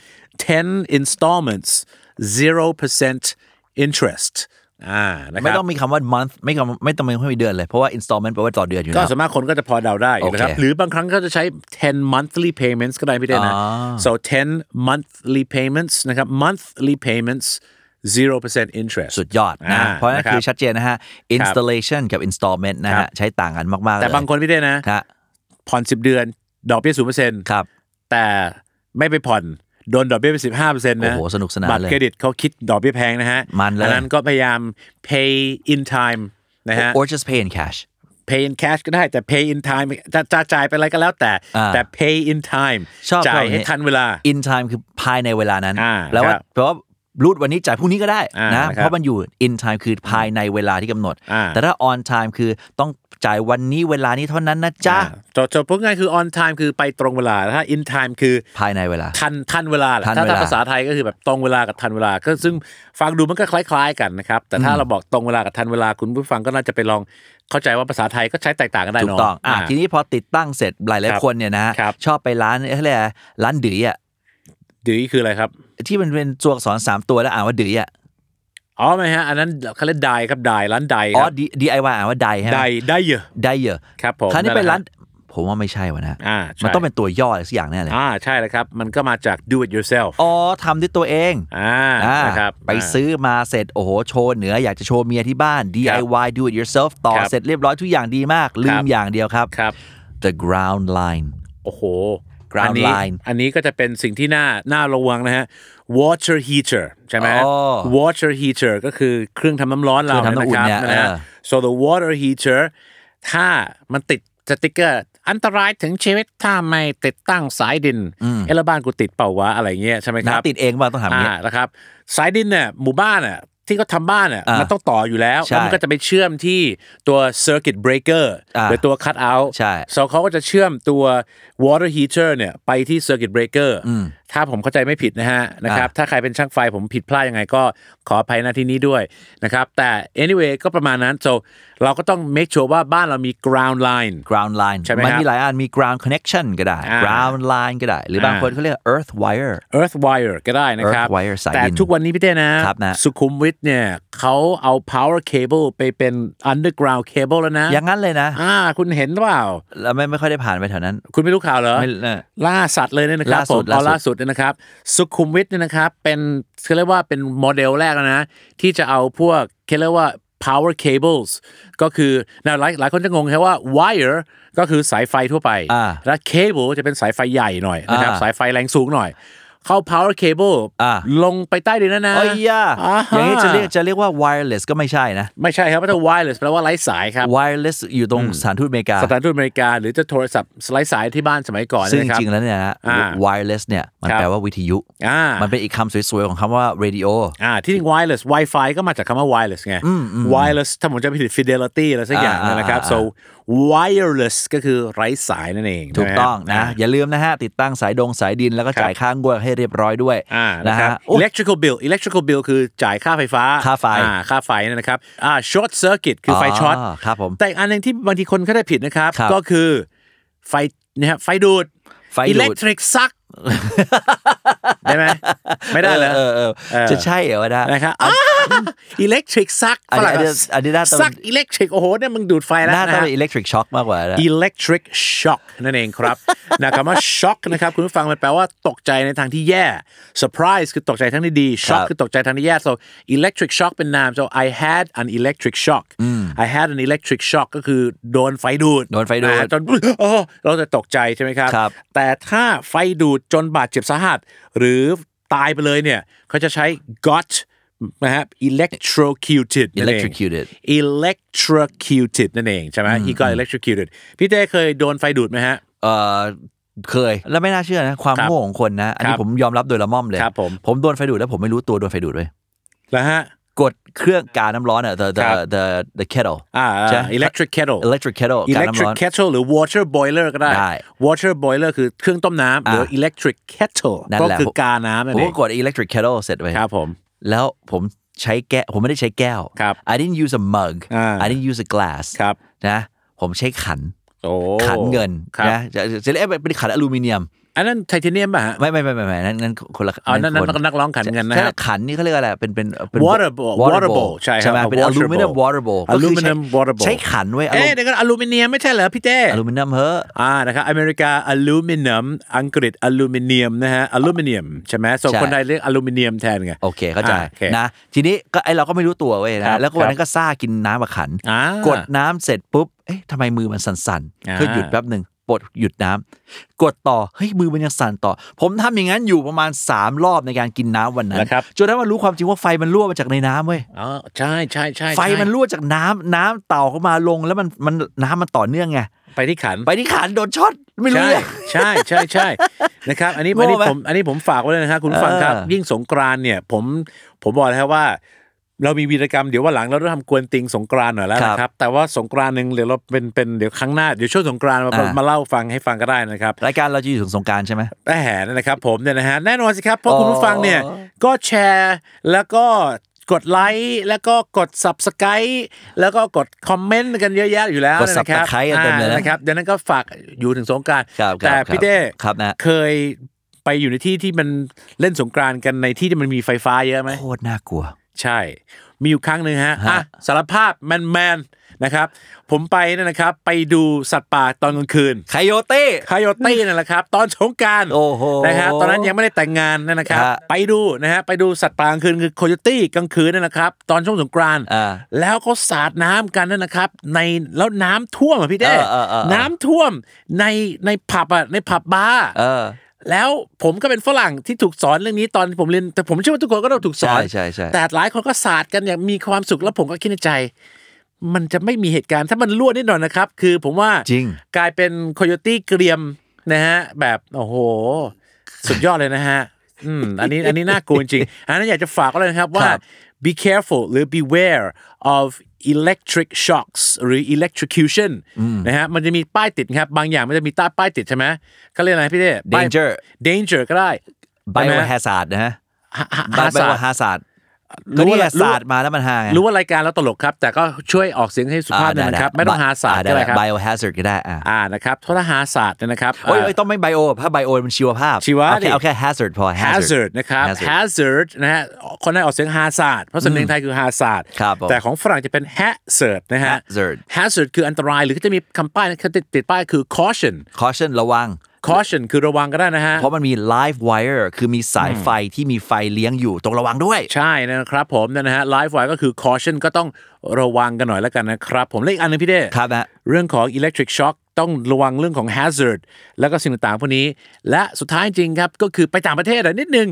[SPEAKER 3] 10 installments 0% interest อ่านะครับ
[SPEAKER 2] ไม่ต้องมีคำว่า month ไม่คำไม่ต้องมีเดือนเลย เพราะว่า installment แปลว่าต่อเดือนอยู่
[SPEAKER 3] ก็
[SPEAKER 2] แล้ว
[SPEAKER 3] สามารถคนก็จะพอเดาได้
[SPEAKER 2] โอเค
[SPEAKER 3] นะครับ หรือบางครั้งก็จะใช้ 10 monthly payments ก็ได้พี่เต้นะ
[SPEAKER 2] อ่
[SPEAKER 3] so 10 monthly payments นะครับ monthly payments 0% interest
[SPEAKER 2] สุดยอดนะ
[SPEAKER 3] อ่า
[SPEAKER 2] เพราะนั่น
[SPEAKER 3] นะครับ
[SPEAKER 2] คือชัดเจนนะฮะ installation กับ installment นะ
[SPEAKER 3] ครั
[SPEAKER 2] ฮะ
[SPEAKER 3] บ
[SPEAKER 2] ใช้ต่างกันมาก ๆ เลย
[SPEAKER 3] แต่บางคนพี่เต้นะ
[SPEAKER 2] ฮะ
[SPEAKER 3] ผ่อน 10 เดือน ดอกเบี้ย 0%
[SPEAKER 2] ครับ
[SPEAKER 3] แต่ไม่ไปผ่อน โดนดอกเบี้ยไป15%นะ
[SPEAKER 2] โอ้โหสนุกสนานเลย
[SPEAKER 3] บัตรเครดิตเขาคิดดอกเบี้ยแพงนะฮะ
[SPEAKER 2] มันเลย
[SPEAKER 3] อันนั้นก็พยายาม pay in time นะฮะ
[SPEAKER 2] or just pay in cash
[SPEAKER 3] pay in cash ก็ได้แต่ pay in time จะจะจ่ายไปอะไรก็แล้วแต่
[SPEAKER 2] อ่า
[SPEAKER 3] แต่ pay in time
[SPEAKER 2] ชอบ
[SPEAKER 3] จ่าย
[SPEAKER 2] แบบนี้
[SPEAKER 3] ให้ทันเวลา
[SPEAKER 2] in time คือภายในเวลานั้น
[SPEAKER 3] อ่า
[SPEAKER 2] แปลว่า
[SPEAKER 3] ครับ
[SPEAKER 2] แปลว่ารูดวันนี้จ่ายพรุ่งนี้ก็ได้
[SPEAKER 3] อ่านะค
[SPEAKER 2] นะ
[SPEAKER 3] รับ
[SPEAKER 2] เพราะมันอยู่ in time คือภายในเวลาที่กำหนด
[SPEAKER 3] อ่า
[SPEAKER 2] แต่ถ้า on time คือต้องจ่ายวันนี้เวลานี้เท่านั้นนะจ๊ะ
[SPEAKER 3] จบจบพูดง่ายๆคือ on time คือไปตรงเวลาถ้า in time คือ
[SPEAKER 2] ภายในเวลา
[SPEAKER 3] ทันทันเวลาแหละ
[SPEAKER 2] ทัน
[SPEAKER 3] ถ้า
[SPEAKER 2] เวลา
[SPEAKER 3] ถ้าภาษาไทยก็คือแบบตรงเวลากับทันเวลาก็ซึ่งฟังดูมันก็คล้ายๆกันนะครับ แต่ถ้าเราบอกตรงเวลากับทันเวลาคุณผู้ฟังก็น่าจะไปลองเข้าใจว่าภาษาไทยก็ใช้แตกต่างกันได้
[SPEAKER 2] ถู
[SPEAKER 3] เน
[SPEAKER 2] ก
[SPEAKER 3] อะ
[SPEAKER 2] ต้องอ่ะ
[SPEAKER 3] า
[SPEAKER 2] ทีนี้พอติดตั้งเสร็จหลายหลาย
[SPEAKER 3] ครับ
[SPEAKER 2] คนเนี่ยนะฮะ
[SPEAKER 3] ครับ
[SPEAKER 2] ชอบไปร้านเขาเรียกอะไรร้านดื้ออ่ะ
[SPEAKER 3] ดื้อคืออะไรครับ
[SPEAKER 2] ที่มันเป็นตัวอักษรสามตัวแล้วอ่านว่าดื้ออ่ะ
[SPEAKER 3] อ๋อไม่ฮะอันนั้นเขาเรียกดายครับดายร้านดาย
[SPEAKER 2] อ๋
[SPEAKER 3] ค
[SPEAKER 2] อ
[SPEAKER 3] รับ
[SPEAKER 2] D- DIY อ่านว่าไดใช่ไหม
[SPEAKER 3] ดายได้เยอะ
[SPEAKER 2] ไดเยอะ
[SPEAKER 3] ครับผม
[SPEAKER 2] คราวนี้เป็นร้าน
[SPEAKER 3] แหละ
[SPEAKER 2] ผมว่าไม่ใช่วะนะ
[SPEAKER 3] อ่าใช่
[SPEAKER 2] มันต้องเป็นตัวย่ออะไรสักอย่างแน่เลย
[SPEAKER 3] อ่าใช่แล้วครับ มันก็มาจาก do it yourself
[SPEAKER 2] อ๋อทำด้วยตัวเอง
[SPEAKER 3] อ่า
[SPEAKER 2] อ่า
[SPEAKER 3] นะครับ
[SPEAKER 2] ไปซื้อมาเสร็จ โอ้โห โชว์เหนืออยากจะโชว์เมียที่บ้าน DIY do it yourself ต่อ
[SPEAKER 3] ครับ
[SPEAKER 2] เสร็จเรียบร้อยทุกอย่างดีมาก ลื
[SPEAKER 3] ครั
[SPEAKER 2] ม
[SPEAKER 3] บ
[SPEAKER 2] อย่างเดียวครับ
[SPEAKER 3] ครับ
[SPEAKER 2] the ground line
[SPEAKER 3] โอ้โห
[SPEAKER 2] Ground
[SPEAKER 3] อันี้
[SPEAKER 2] line
[SPEAKER 3] อันนี้ก็จะเป็นสิ่งที่น่า น่าระวังนะฮะ water heater ใช่ไหม
[SPEAKER 2] อ๋อ
[SPEAKER 3] water heater ก็คือเครื่องทำน้ำร้อนเรา
[SPEAKER 2] เครื่องทำน้ำอุ่นเนี่ย
[SPEAKER 3] นะฮะ
[SPEAKER 2] เออ
[SPEAKER 3] so the water heater ถ้ามันติดสติกเกอร์ อันตรายถึงชีวิตถ้าไม่ติดตั้งสายดิน เอละบ้านกูติดเปล่าวะ อะไรเงี้ยใช่ไหมค
[SPEAKER 2] นะ
[SPEAKER 3] รับ
[SPEAKER 2] ติดเองว่าต้องทำอย่างเงี้ย
[SPEAKER 3] อ่านะครับสายดินเนี่ยหมู่บ้านอ่ะที่เขาทำบ้านอ่ะ
[SPEAKER 2] อ่ามั
[SPEAKER 3] มันต้องต่ออยู่แล้ว
[SPEAKER 2] ใช่
[SPEAKER 3] แล้วมันก็จะไปเชื่อมที่ตัว circuit breaker
[SPEAKER 2] อ่า
[SPEAKER 3] หรือตัว cut out
[SPEAKER 2] ใช่
[SPEAKER 3] เขาก็จะเชื่อมตัว water heater เนี่ยไปที่ circuit breaker ถ้าผมเข้าใจไม่ผิดนะฮะนะครับถ้าใครเป็นช่างไฟผมผิดพลาดยังไงก็ขออภัยหน้าที่นี้ด้วยนะครับแต่ anyway ก็ประมาณนั้น so เราก็ต้อง make sure ว่าบ้านเรามี ground line
[SPEAKER 2] ground line
[SPEAKER 3] ใช่ไหม
[SPEAKER 2] มัน
[SPEAKER 3] ฮะ
[SPEAKER 2] มีหลายอันมี ground connection ก็ได้
[SPEAKER 3] อ่า
[SPEAKER 2] ground line ก็ได้ หรือบาง
[SPEAKER 3] อ่า
[SPEAKER 2] คนเขาเรียก earth wire
[SPEAKER 3] Earth Wire ก็ได้นะครับ
[SPEAKER 2] Earth Wire สายดิน
[SPEAKER 3] แต่ทุกวันนี้พี่เต้นะครับ
[SPEAKER 2] นะ
[SPEAKER 3] สุขุมวิทเนี่ยเขาเอา power cable ไปเป็น underground cable แล้วนะ
[SPEAKER 2] อย่างนั้นเลยนะ
[SPEAKER 3] อ่าคุณเห็นหรือเปล่า
[SPEAKER 2] แล้วไม่ไม่ค่อยได้ผ่านไปแถวนั้น
[SPEAKER 3] คุณไม่รู้ข่าวเหรอ
[SPEAKER 2] ไม่เออ
[SPEAKER 3] ล่าสัตว์เลยเนี่ยนะครับ
[SPEAKER 2] ล่าสุด
[SPEAKER 3] ผมเอา
[SPEAKER 2] ล่าสุด
[SPEAKER 3] ล่าสุดเนี่ยนะครับ สุขุมวิทเนี่ยนะครับเป็นเขาเรียกว่าเป็นโมเดลแรกแล้วนะ ที่จะเอาพวกเขาเรียกว่า power cables ก็คือนะหลายหลายคนจะงงแค่ว่า wire ก็คือสายไฟทั่วไป
[SPEAKER 2] อ่า
[SPEAKER 3] และ cable จะเป็นสายไฟใหญ่หน่อยนะครับ
[SPEAKER 2] อ่า
[SPEAKER 3] สายไฟแรงสูงหน่อย เข้า power cable
[SPEAKER 2] อ่า
[SPEAKER 3] ลงไปใต้ดินนะนะ
[SPEAKER 2] โอ้ยยา
[SPEAKER 3] อ่าฮ
[SPEAKER 2] อย่างนี้จะเรียกจะเรียกว่า wireless ก็ไม่ใช่นะ
[SPEAKER 3] ไม่ใช่ครับเพราะถ้า wireless แปลว่าไร้สายครับ
[SPEAKER 2] wireless อยู่ตรงสถานทูตอเมริกา
[SPEAKER 3] สถานทูตอเมริกาหรือจะโทรศัพท์ไร้สายที่บ้านสมัยก่อน
[SPEAKER 2] ซึ่ง
[SPEAKER 3] เนยนะคบ
[SPEAKER 2] จริงๆแล้วเนี่ยนะ
[SPEAKER 3] อ่า
[SPEAKER 2] wireless เนี่ย มันแปลว่าวิทยุ
[SPEAKER 3] อ่า
[SPEAKER 2] มันเป็นอีกคำสวยๆ ของคำว่า radio
[SPEAKER 3] อ่าที่จริง wireless wifi ก็มาจากคำว่า wireless ไง wireless ถ้าผมจะไม่ผิด fidelity อะไรสักอย่าง
[SPEAKER 2] อ่า
[SPEAKER 3] นะครับ
[SPEAKER 2] อ่า
[SPEAKER 3] so wireless ก็คือไร้สายนั่นเอง
[SPEAKER 2] ถูกต้องนะ
[SPEAKER 3] า
[SPEAKER 2] อย่าลืมนะฮะ ติดตั้งสายดงสายดินแล้วก็จ่ายค่างวดให้เรียบร้อยด้วย
[SPEAKER 3] อ่า
[SPEAKER 2] นะ
[SPEAKER 3] นะครั
[SPEAKER 2] ฮะ
[SPEAKER 3] บ
[SPEAKER 2] โอ้
[SPEAKER 3] electrical bill electrical bill คือจ่ายค่าไฟฟ้า
[SPEAKER 2] ค่าไฟ
[SPEAKER 3] อ่าค่าไฟเนยนะครับอ่า short circuit คือไฟ
[SPEAKER 2] อ๋อ
[SPEAKER 3] ช็อต
[SPEAKER 2] ครับผม
[SPEAKER 3] แต่อีกอันหนึ่งที่บางทีคนเข้าใจผิดนะครับ
[SPEAKER 2] ครับ
[SPEAKER 3] ก็คือไฟนะฮะไฟดูด
[SPEAKER 2] ไฟดูด
[SPEAKER 3] electric suck [laughs] ได้ไหมไม่ได้เหรอ
[SPEAKER 2] เออเออเออจะใช่เหรอวะนะ
[SPEAKER 3] นะครับอิเล็กทริกซัก
[SPEAKER 2] อันนี้
[SPEAKER 3] ฝรั่ง
[SPEAKER 2] อันนี้อันนี้น่าจะ
[SPEAKER 3] ซักอิเล็กทริกโอ้โหเนี่ยมึงดูดไฟแล้ว
[SPEAKER 2] หน้า
[SPEAKER 3] นะ
[SPEAKER 2] ต้อง
[SPEAKER 3] ฮะ
[SPEAKER 2] เป็น electric shock มากกว่านะ
[SPEAKER 3] อิเล็กทริกช็อคนั่นเอง
[SPEAKER 2] [laughs]
[SPEAKER 3] ครับ นะคำว่าช็อ k นะครับ คุณผู้ฟังมันแปลว่าตกใจในทางที่แย่เซอร์ไพรส์คือตกใจทางที่ดีช็อ k
[SPEAKER 2] ครับ
[SPEAKER 3] คือตกใจทางที่แย่ so electric shock เป็นนาม so I had an electric shock I had an electric shock ก็คือโดนไฟดูด
[SPEAKER 2] โดนไฟดูด
[SPEAKER 3] ะจนโอ้เราจะตกใจใช่ไหมครับ
[SPEAKER 2] ครับ
[SPEAKER 3] แต่ถ้าไฟดูดจนบาดเจ็บสาหัส หรือตายไปเลยเนี่ยเขาจะใช้ got นะฮะ electrocuted นั่นเอง
[SPEAKER 2] Electrocuted
[SPEAKER 3] electrocuted นั่นเอง ใช่ไหม he got electrocuted พี่เต้เคยโดนไฟดูดไหมฮะ
[SPEAKER 2] เออเคย แล้วไม่น่าเชื่อนะ ความ
[SPEAKER 3] ครับ
[SPEAKER 2] โง่ของคนนะ อัน
[SPEAKER 3] ค
[SPEAKER 2] นี้
[SPEAKER 3] รับ
[SPEAKER 2] ผมยอมรับโดยละม่อมเลย
[SPEAKER 3] ครับผม
[SPEAKER 2] ผมโดนไฟดูดแล้วผมไม่รู้ตัวโดนไฟดูดเลย
[SPEAKER 3] แล้วฮะ
[SPEAKER 2] กดเครื่องกาน้ำร้อนอ่ะ the
[SPEAKER 3] ค
[SPEAKER 2] the
[SPEAKER 3] รับ
[SPEAKER 2] the the kettle
[SPEAKER 3] อ่า
[SPEAKER 2] ใช่
[SPEAKER 3] electric kettle
[SPEAKER 2] electric kettle กาน้ำ
[SPEAKER 3] electric
[SPEAKER 2] ร้อน
[SPEAKER 3] kettle หรือ water boiler ก็ได้
[SPEAKER 2] ได้
[SPEAKER 3] water boiler คือเครื่องต้มน้ำหรือ electric kettle
[SPEAKER 2] นั่น
[SPEAKER 3] ก็
[SPEAKER 2] แหละ
[SPEAKER 3] คือการน้ำนั่น
[SPEAKER 2] ผม
[SPEAKER 3] เอ
[SPEAKER 2] ก็
[SPEAKER 3] ง
[SPEAKER 2] กด electric kettle เสร็จไป
[SPEAKER 3] ครับผม
[SPEAKER 2] แล้วผมใช้แก้วผมไม่ได้ใช้แก้ว
[SPEAKER 3] ครับ
[SPEAKER 2] I didn't use a mug
[SPEAKER 3] อ่า
[SPEAKER 2] I didn't use a glass
[SPEAKER 3] ครับ
[SPEAKER 2] นะผมใช้ขัน
[SPEAKER 3] โอ้
[SPEAKER 2] ขันเงิน
[SPEAKER 3] ครับ
[SPEAKER 2] นะจะจะเรียกเป็นขันอลูมิเนียม
[SPEAKER 3] อันนั้นไทเทเนียมป่ะฮะ
[SPEAKER 2] ไม่ไม่ไม่ไม่ไม่นั่นนั่นคนละ
[SPEAKER 3] อ๋อนั่นนั่น
[SPEAKER 2] ค
[SPEAKER 3] นักร้องขันเงินนะ
[SPEAKER 2] ใช่
[SPEAKER 3] ฮะ
[SPEAKER 2] ขันนี่เขาเรียกอะไรเป็นเป็นเป็น
[SPEAKER 3] water bowl water bowl ใช่ครับ
[SPEAKER 2] ใช่ไหม
[SPEAKER 3] เอา
[SPEAKER 2] เป็นอ
[SPEAKER 3] water
[SPEAKER 2] ลูมิเนียมว
[SPEAKER 3] bowl
[SPEAKER 2] อเตอร์โบ
[SPEAKER 3] aluminum water bowl
[SPEAKER 2] ใช้ขันไว้อ
[SPEAKER 3] เอ๊ะเดี๋ยวก็อลูมิเนียมไม่ใช่เหรอพี่เต้
[SPEAKER 2] ลูมิเนียมเฮ้อะ
[SPEAKER 3] อ่านะครับอเมริกาอลูมิเนียมอังกฤษอลูมิเนียมนะฮะอลูมิเนียมใช่ไหมส่วน
[SPEAKER 2] ใช่
[SPEAKER 3] คนไทยเรียกอลูมิเนียมแทนไง
[SPEAKER 2] โอเคเข้าใจ
[SPEAKER 3] อ่าโอเค
[SPEAKER 2] นะทีนี้ก็ไอเราก็ไม่รู้ตัวเว้ย
[SPEAKER 3] ครั
[SPEAKER 2] นะ
[SPEAKER 3] บ
[SPEAKER 2] แล้วก็วันนั้นก็ซ่ากินน้ำกับขัน
[SPEAKER 3] อ่าก ก
[SPEAKER 2] ดน้ำเสร็จปุ๊บเอ๊ะทำไมมือมันสั่น
[SPEAKER 3] อ่า
[SPEAKER 2] ๆก็หยุดแป๊บหนึ่งปลดหยุดน้ำกดต่อเฮ้ยมือมันยังสั่นต่อ ผมทำอย่างนั้นอยู่ประมาณ 3 รอบในการกินน้ำวันนั้น
[SPEAKER 3] นะครับ
[SPEAKER 2] จนได้มารู้ความจริงว่าไฟมันรั่วมาจากในน้ำเว้ย
[SPEAKER 3] อ๋อใช่ใช่ใช่
[SPEAKER 2] ไฟมันรั่วจากน้ำน้ำเต่าเข้ามาลงแล้วมันมันน้ำมันต่อเนื่องไง
[SPEAKER 3] ไปที่ขัน
[SPEAKER 2] ไปที่ขันโดนช็อตไม่รู้
[SPEAKER 3] ใช่
[SPEAKER 2] เรื่อง
[SPEAKER 3] ใช่ใช่ใช่นะครับอันนี้
[SPEAKER 2] โง่
[SPEAKER 3] อันนี้
[SPEAKER 2] ไหม
[SPEAKER 3] ผมอันนี้ผมฝากไว้เลยนะครับคุณผู้ฟังครับ
[SPEAKER 2] เออ
[SPEAKER 3] ยิ่งสงกรานต์เนี่ยผมผมบอกแล้วครับว่า เรามีวีรกรรมเดี๋ยววันหลังเราต้องทำกวนติงสงกรานต์หน่อยแล้วนะครับแต่ว่าสงกรานต์หนึ่งเดี๋ยวเราเป็นเป็นเดี๋ยวครั้งหน้าเดี๋ยวช่วงสงกรานต์มามาเล่าฟังให้ฟังก็ได้นะครับ
[SPEAKER 2] รายการเราจะอยู่ถึงสงกรารใช่ไหม
[SPEAKER 3] แหมนะครับผมเนี่ยนะฮะแน่นอนสิครับ เพราะ
[SPEAKER 2] อ๋อ
[SPEAKER 3] คุณผู้ฟังเนี่ยก็แชร์แล้วก็กดไลค์แล้วก็กด subscribe แล้วก็กดคอมเมนต์กันเยอะแยะอยู่แล้ว
[SPEAKER 2] กด
[SPEAKER 3] นะครั
[SPEAKER 2] Subscribe กันเต็มเลยนะ
[SPEAKER 3] อ่านะครับดังนั้นก็ฝากอยู่ถึงสงกราร
[SPEAKER 2] ครับครับ
[SPEAKER 3] แต่พี่เต้
[SPEAKER 2] ครับนะ
[SPEAKER 3] เคยไปอยู่ในที่ที่มันเล่นสงกรารกันในที่ที่มันมีไฟฟ้าเยอะไหม
[SPEAKER 2] โคตรน่ากลัว
[SPEAKER 3] ใช่ มีอยู่ครั้งหนึ่งฮะ
[SPEAKER 2] ฮะ
[SPEAKER 3] อ่ะสารภาพแมนๆนะครับ ผมไปเนยนะครับ ไปดูสัตว์ป่าตอนกลางคืน
[SPEAKER 2] ไคโยเต้
[SPEAKER 3] คาโยตี้นั่นแหละครับ ตอนสงกราร
[SPEAKER 2] โอ้โห
[SPEAKER 3] นะฮะตอนนั้นยังไม่ได้แต่งงานนะครับ
[SPEAKER 2] ฮะ
[SPEAKER 3] ไปดูนะฮะไปดูสัตว์ป่ากลางคืนคือโคโยตี้กลางคืนนั่นแหละครับ ตอนช่วงสงกรานต์
[SPEAKER 2] อ่า
[SPEAKER 3] แล้วก็สาดน้ำกันนั่นนะครับ ในแล้วน้ำท่วมอ่ะพี่เต้
[SPEAKER 2] เออเออเออเออ
[SPEAKER 3] น้ำท่วมในในผับอ่ะในผับบาร์
[SPEAKER 2] เออ
[SPEAKER 3] แล้วผมก็เป็นฝรั่งที่ถูกสอนเรื่องนี้ตอนผมเรียนแต่ผมเชื่อว่าทุกคนก็ต้องถูกสอน
[SPEAKER 2] ใช่ใช่ใช่
[SPEAKER 3] แต่หลายคนก็สาดกันอย่างมีความสุขแล้วผมก็คิดในใจ มันจะไม่มีเหตุการณ์ถ้ามันรั่วนิดหน่อยนะครับ คือผมว่า
[SPEAKER 2] จริง
[SPEAKER 3] กลายเป็นโคโยตี้เกรียมนะฮะ แบบโอ้โห สุดยอดเลยนะฮะ อืมอันนี้อันนี้น่ากลัวจริงอันนั้นอยากจะฝากก็เลยนะครับว่า
[SPEAKER 2] ครับ
[SPEAKER 3] be careful หรือ beware of electric shocks หรือ electrocution นะฮะมันจะมีป้ายติดครับ บางอย่างมันจะมีต้าป้ายติดใช่ไหมเขาเรียกอะไรพี่เต้ป้าย
[SPEAKER 2] Danger
[SPEAKER 3] danger ก็ได้
[SPEAKER 2] ไบโอแฮซาร์ดนะฮะ
[SPEAKER 3] ฮะฮะ
[SPEAKER 2] ไบ
[SPEAKER 3] ฮะ
[SPEAKER 2] โอแฮซาร์ดก็
[SPEAKER 3] รู้
[SPEAKER 2] นี่
[SPEAKER 3] ว่า
[SPEAKER 2] แหละศาสตร์มาแล้วมันฮาไง
[SPEAKER 3] รู้ว่ารายการเราตลกครับ แต่ก็ช่วยออกเสียงให้สุภาพหนอยนะครับ ไม่ต้องหาศาสตร์ก็ได้ครับ
[SPEAKER 2] ไบโอแฮซาร์ดก็ได้อ่ะ
[SPEAKER 3] อ่านะครับโทษหาศาสตร์เนี่ยนะครับ
[SPEAKER 2] โอ้ย
[SPEAKER 3] อ่า
[SPEAKER 2] โอ้ยต้องไม่ไบโอถ้าไบโอมันชีวภาพ
[SPEAKER 3] ชีวะ
[SPEAKER 2] เอา
[SPEAKER 3] ดิ
[SPEAKER 2] แค่เอาแค่แฮซาร์ดพอ
[SPEAKER 3] hazard นะครับ
[SPEAKER 2] hazard
[SPEAKER 3] hazard นะฮะคนนั้นออกเสียงฮาศาสตร์เพราะสำเนียงไทยคือฮาศาสตร์
[SPEAKER 2] ครับผม
[SPEAKER 3] แต่ของฝรั่งจะเป็น hazard นะฮะ
[SPEAKER 2] hazard
[SPEAKER 3] hazard คืออันตรายหรือก็จะมีคำป้ายนะติดติดป้ายคือ caution
[SPEAKER 2] caution ระวัง
[SPEAKER 3] caution คือระวังก็ได้นะฮะ
[SPEAKER 2] เพราะมันมี live wire คือมีสายไฟที่มีไฟเลี้ยงอยู่ต้องระวังด้วย
[SPEAKER 3] ใช่นะครับผมนะฮะ live wire ก็คือ caution ก็ต้องระวังกันหน่อยแล้วกันนะครับ ผมและอีกอันหนึงพี่เด้
[SPEAKER 2] ครับฮะ
[SPEAKER 3] เรื่องของ electric shock ต้องระวังเรื่องของ hazard แล้วก็สิ่งต่างๆพวกนี้ และสุดท้ายจริงครับ ก็คือไปต่างประเทศอะนิดนึง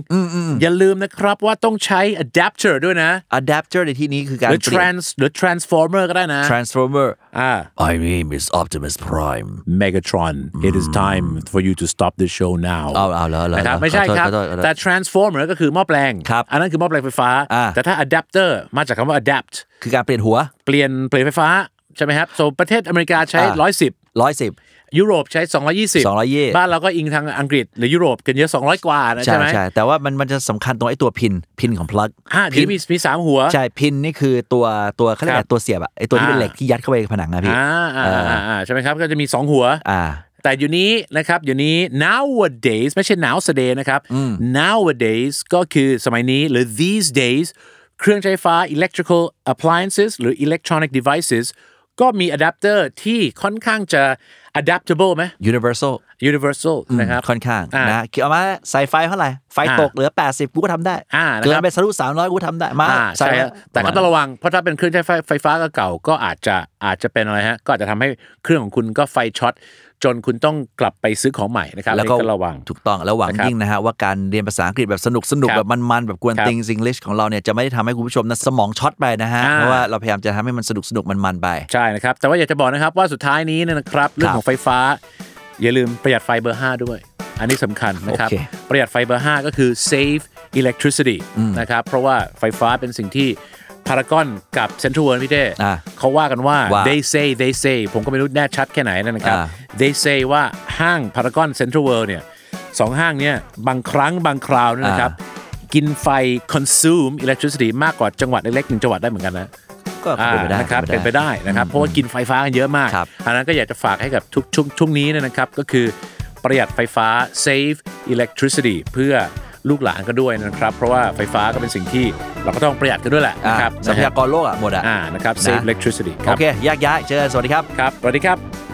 [SPEAKER 3] อย่าลืมนะครับว่าต้องใช้ adapter ด้วยนะ
[SPEAKER 2] adapter ในที่นี้คือการ
[SPEAKER 3] หรือ
[SPEAKER 2] เปลี่ยน
[SPEAKER 3] trans หรือ transformer ก็ได้นะ
[SPEAKER 2] transformer
[SPEAKER 3] อ่า
[SPEAKER 2] I name is Optimus Prime
[SPEAKER 3] Megatron it is time for you to stop the show now
[SPEAKER 2] เอาเอาแล้วแล้ว
[SPEAKER 3] นะครับ
[SPEAKER 2] แล้ว
[SPEAKER 3] ไม่ใช่
[SPEAKER 2] ขอโทษ
[SPEAKER 3] ครับ
[SPEAKER 2] ขอโทษขอโทษ
[SPEAKER 3] แต่ transformer ก็คือหม้อแปลง
[SPEAKER 2] ครับ
[SPEAKER 3] อันนั้นคือหม้อแปลงไฟฟ้า
[SPEAKER 2] อ่า
[SPEAKER 3] แต่ถ้า adapter มาจากคำว่า adapt
[SPEAKER 2] คือการเปลี่ยนหัว
[SPEAKER 3] เปลี่ยนเปลี่ยนไฟฟ้า ใช่ไหมครับ so ประเทศอเมริกาใช้
[SPEAKER 2] อ่า
[SPEAKER 3] 110
[SPEAKER 2] 110
[SPEAKER 3] ยุโรปใช้ 220
[SPEAKER 2] 220
[SPEAKER 3] บ้านเราก็อิงทางอังกฤษหรือยุโรปกันเยอะ 200 กว่านะ
[SPEAKER 2] ใช่
[SPEAKER 3] ใช่ไหม
[SPEAKER 2] ใช่แต่ว่ามันมันจะสำคัญตรงไอ้ตัวพินพินของ plug
[SPEAKER 3] อ่าทีนี้มีมีสามหัว
[SPEAKER 2] ใช่พินนี่คือตัวตัวเขาเรียก
[SPEAKER 3] ครั
[SPEAKER 2] อะ
[SPEAKER 3] บ
[SPEAKER 2] ไรตัวเสียบอะไอ้ตัวที่เป็น
[SPEAKER 3] อ่า
[SPEAKER 2] เหล็กที่ยัดเข้าไปในผนังอะพี่
[SPEAKER 3] อ่าอ่าอ่าอ่าใช่ไหมครับ ก็จะมี 2 หัว
[SPEAKER 2] อ่า
[SPEAKER 3] แต่อยู่นี้นะครับอยู่นี้ nowadays ไม่ใช่ now today นะครับ nowadays ก็คือสมัยนี้หรือ these days เครื่องใช้ไฟฟ้า electrical appliances หรือ electronic devices ก็มีอะแดปเตอร์ที่ค่อนข้างจะ adaptable ไหม
[SPEAKER 2] universal
[SPEAKER 3] universal นะครับ
[SPEAKER 2] ค่อนข้าง
[SPEAKER 3] อ่าน
[SPEAKER 2] นะคิดเอามาใส่ไฟเท่าไหร่ ไฟ
[SPEAKER 3] อ่า
[SPEAKER 2] ตกเหลือ 80 กูก็ทำได้
[SPEAKER 3] อ่านะครับ
[SPEAKER 2] เกินไปทะลุ300 กูทำได้มา
[SPEAKER 3] อ่า
[SPEAKER 2] ใส่
[SPEAKER 3] ใช่ฮะแต่ก็ต้องระวังเพราะถ้าเป็นเครื่องใช้ไฟไฟฟ้าก็เก่าก็อาจจะอาจจะเป็นอะไรฮะก็อาจจะทำให้เครื่องของคุณก็ไฟช็อตจนคุณต้องกลับไปซื้อของใหม่นะครับ
[SPEAKER 2] แล้ว
[SPEAKER 3] อันนี้ระวัง
[SPEAKER 2] ถูกต้องแล้วหวัง
[SPEAKER 3] นะครับ
[SPEAKER 2] ยิ่งนะฮะว่าการเรียนภาษาอังกฤษแบบสนุกสนุก
[SPEAKER 3] ครับ
[SPEAKER 2] แบบมันๆ แบบกวน
[SPEAKER 3] ครับ
[SPEAKER 2] ติงซิงลิชของเราเนี่ยจะไม่ได้ทำให้คุณผู้ชมนะสมองช็อตไปนะฮะ
[SPEAKER 3] อ่า
[SPEAKER 2] เพราะว่าเราพยายามจะทำให้มันสนุกสนุกมันๆไป
[SPEAKER 3] ใช่นะครับ แต่ว่าอยากจะบอกนะครับว่าสุดท้ายนี้เนยนะครับ เรื่องของไฟฟ้า อย่าลืมประหยัดไฟเบอร์ 5 ด้วย อันนี้สำคัญนะครับ
[SPEAKER 2] โอเค
[SPEAKER 3] ประหยัดไฟเบอร์ 5 ก็คือ save electricity นะครับ เพราะว่าไฟฟ้าเป็นสิ่งที่พารากอนกับเซ็นทรัลเวิร์พี่เต้
[SPEAKER 2] อ่ะ
[SPEAKER 3] เขาว่ากันว่า
[SPEAKER 2] ว่า
[SPEAKER 3] they say they say ผมก็ไม่รู้แน่ชัดแค่ไหนนะครับ
[SPEAKER 2] อ่า
[SPEAKER 3] they say ว่าห้างพารากอนเซ็นทรัลเวิร์เนี่ยสองห้างเนี่ยบางครั้งบางคราวเนยนะครับ กินไฟ consume electricity มากกว่าจังหวัดเล็กๆหนึ่งจังหวัดได้เหมือนกันนะ
[SPEAKER 2] ก็เป็นไปได้
[SPEAKER 3] อ่านะครับเป็นไปได้นะครับเพราะว่ากินไฟฟ้ากันเยอะมาก
[SPEAKER 2] ครับ
[SPEAKER 3] อันนั้นก็อยากจะฝากให้กับทุกช่วงช่วงนี้เนยนะครับ ก็คือประหยัดไฟฟ้า save electricity เพื่อลูกหลานก็ด้วยนะครับ เพราะว่าไฟฟ้าก็เป็นสิ่งที่เราก็ต้องประหยัดกันด้วยแหละนะ
[SPEAKER 2] ะ
[SPEAKER 3] ครับ
[SPEAKER 2] ทรัพยากรโลกอะหมดอะ
[SPEAKER 3] อ่านะครับ save
[SPEAKER 2] นะ
[SPEAKER 3] electricity ค
[SPEAKER 2] โอ
[SPEAKER 3] รับ
[SPEAKER 2] เคแยกย้ายเจอกันสวัสดีครับ
[SPEAKER 3] ครับสวัสดีครับ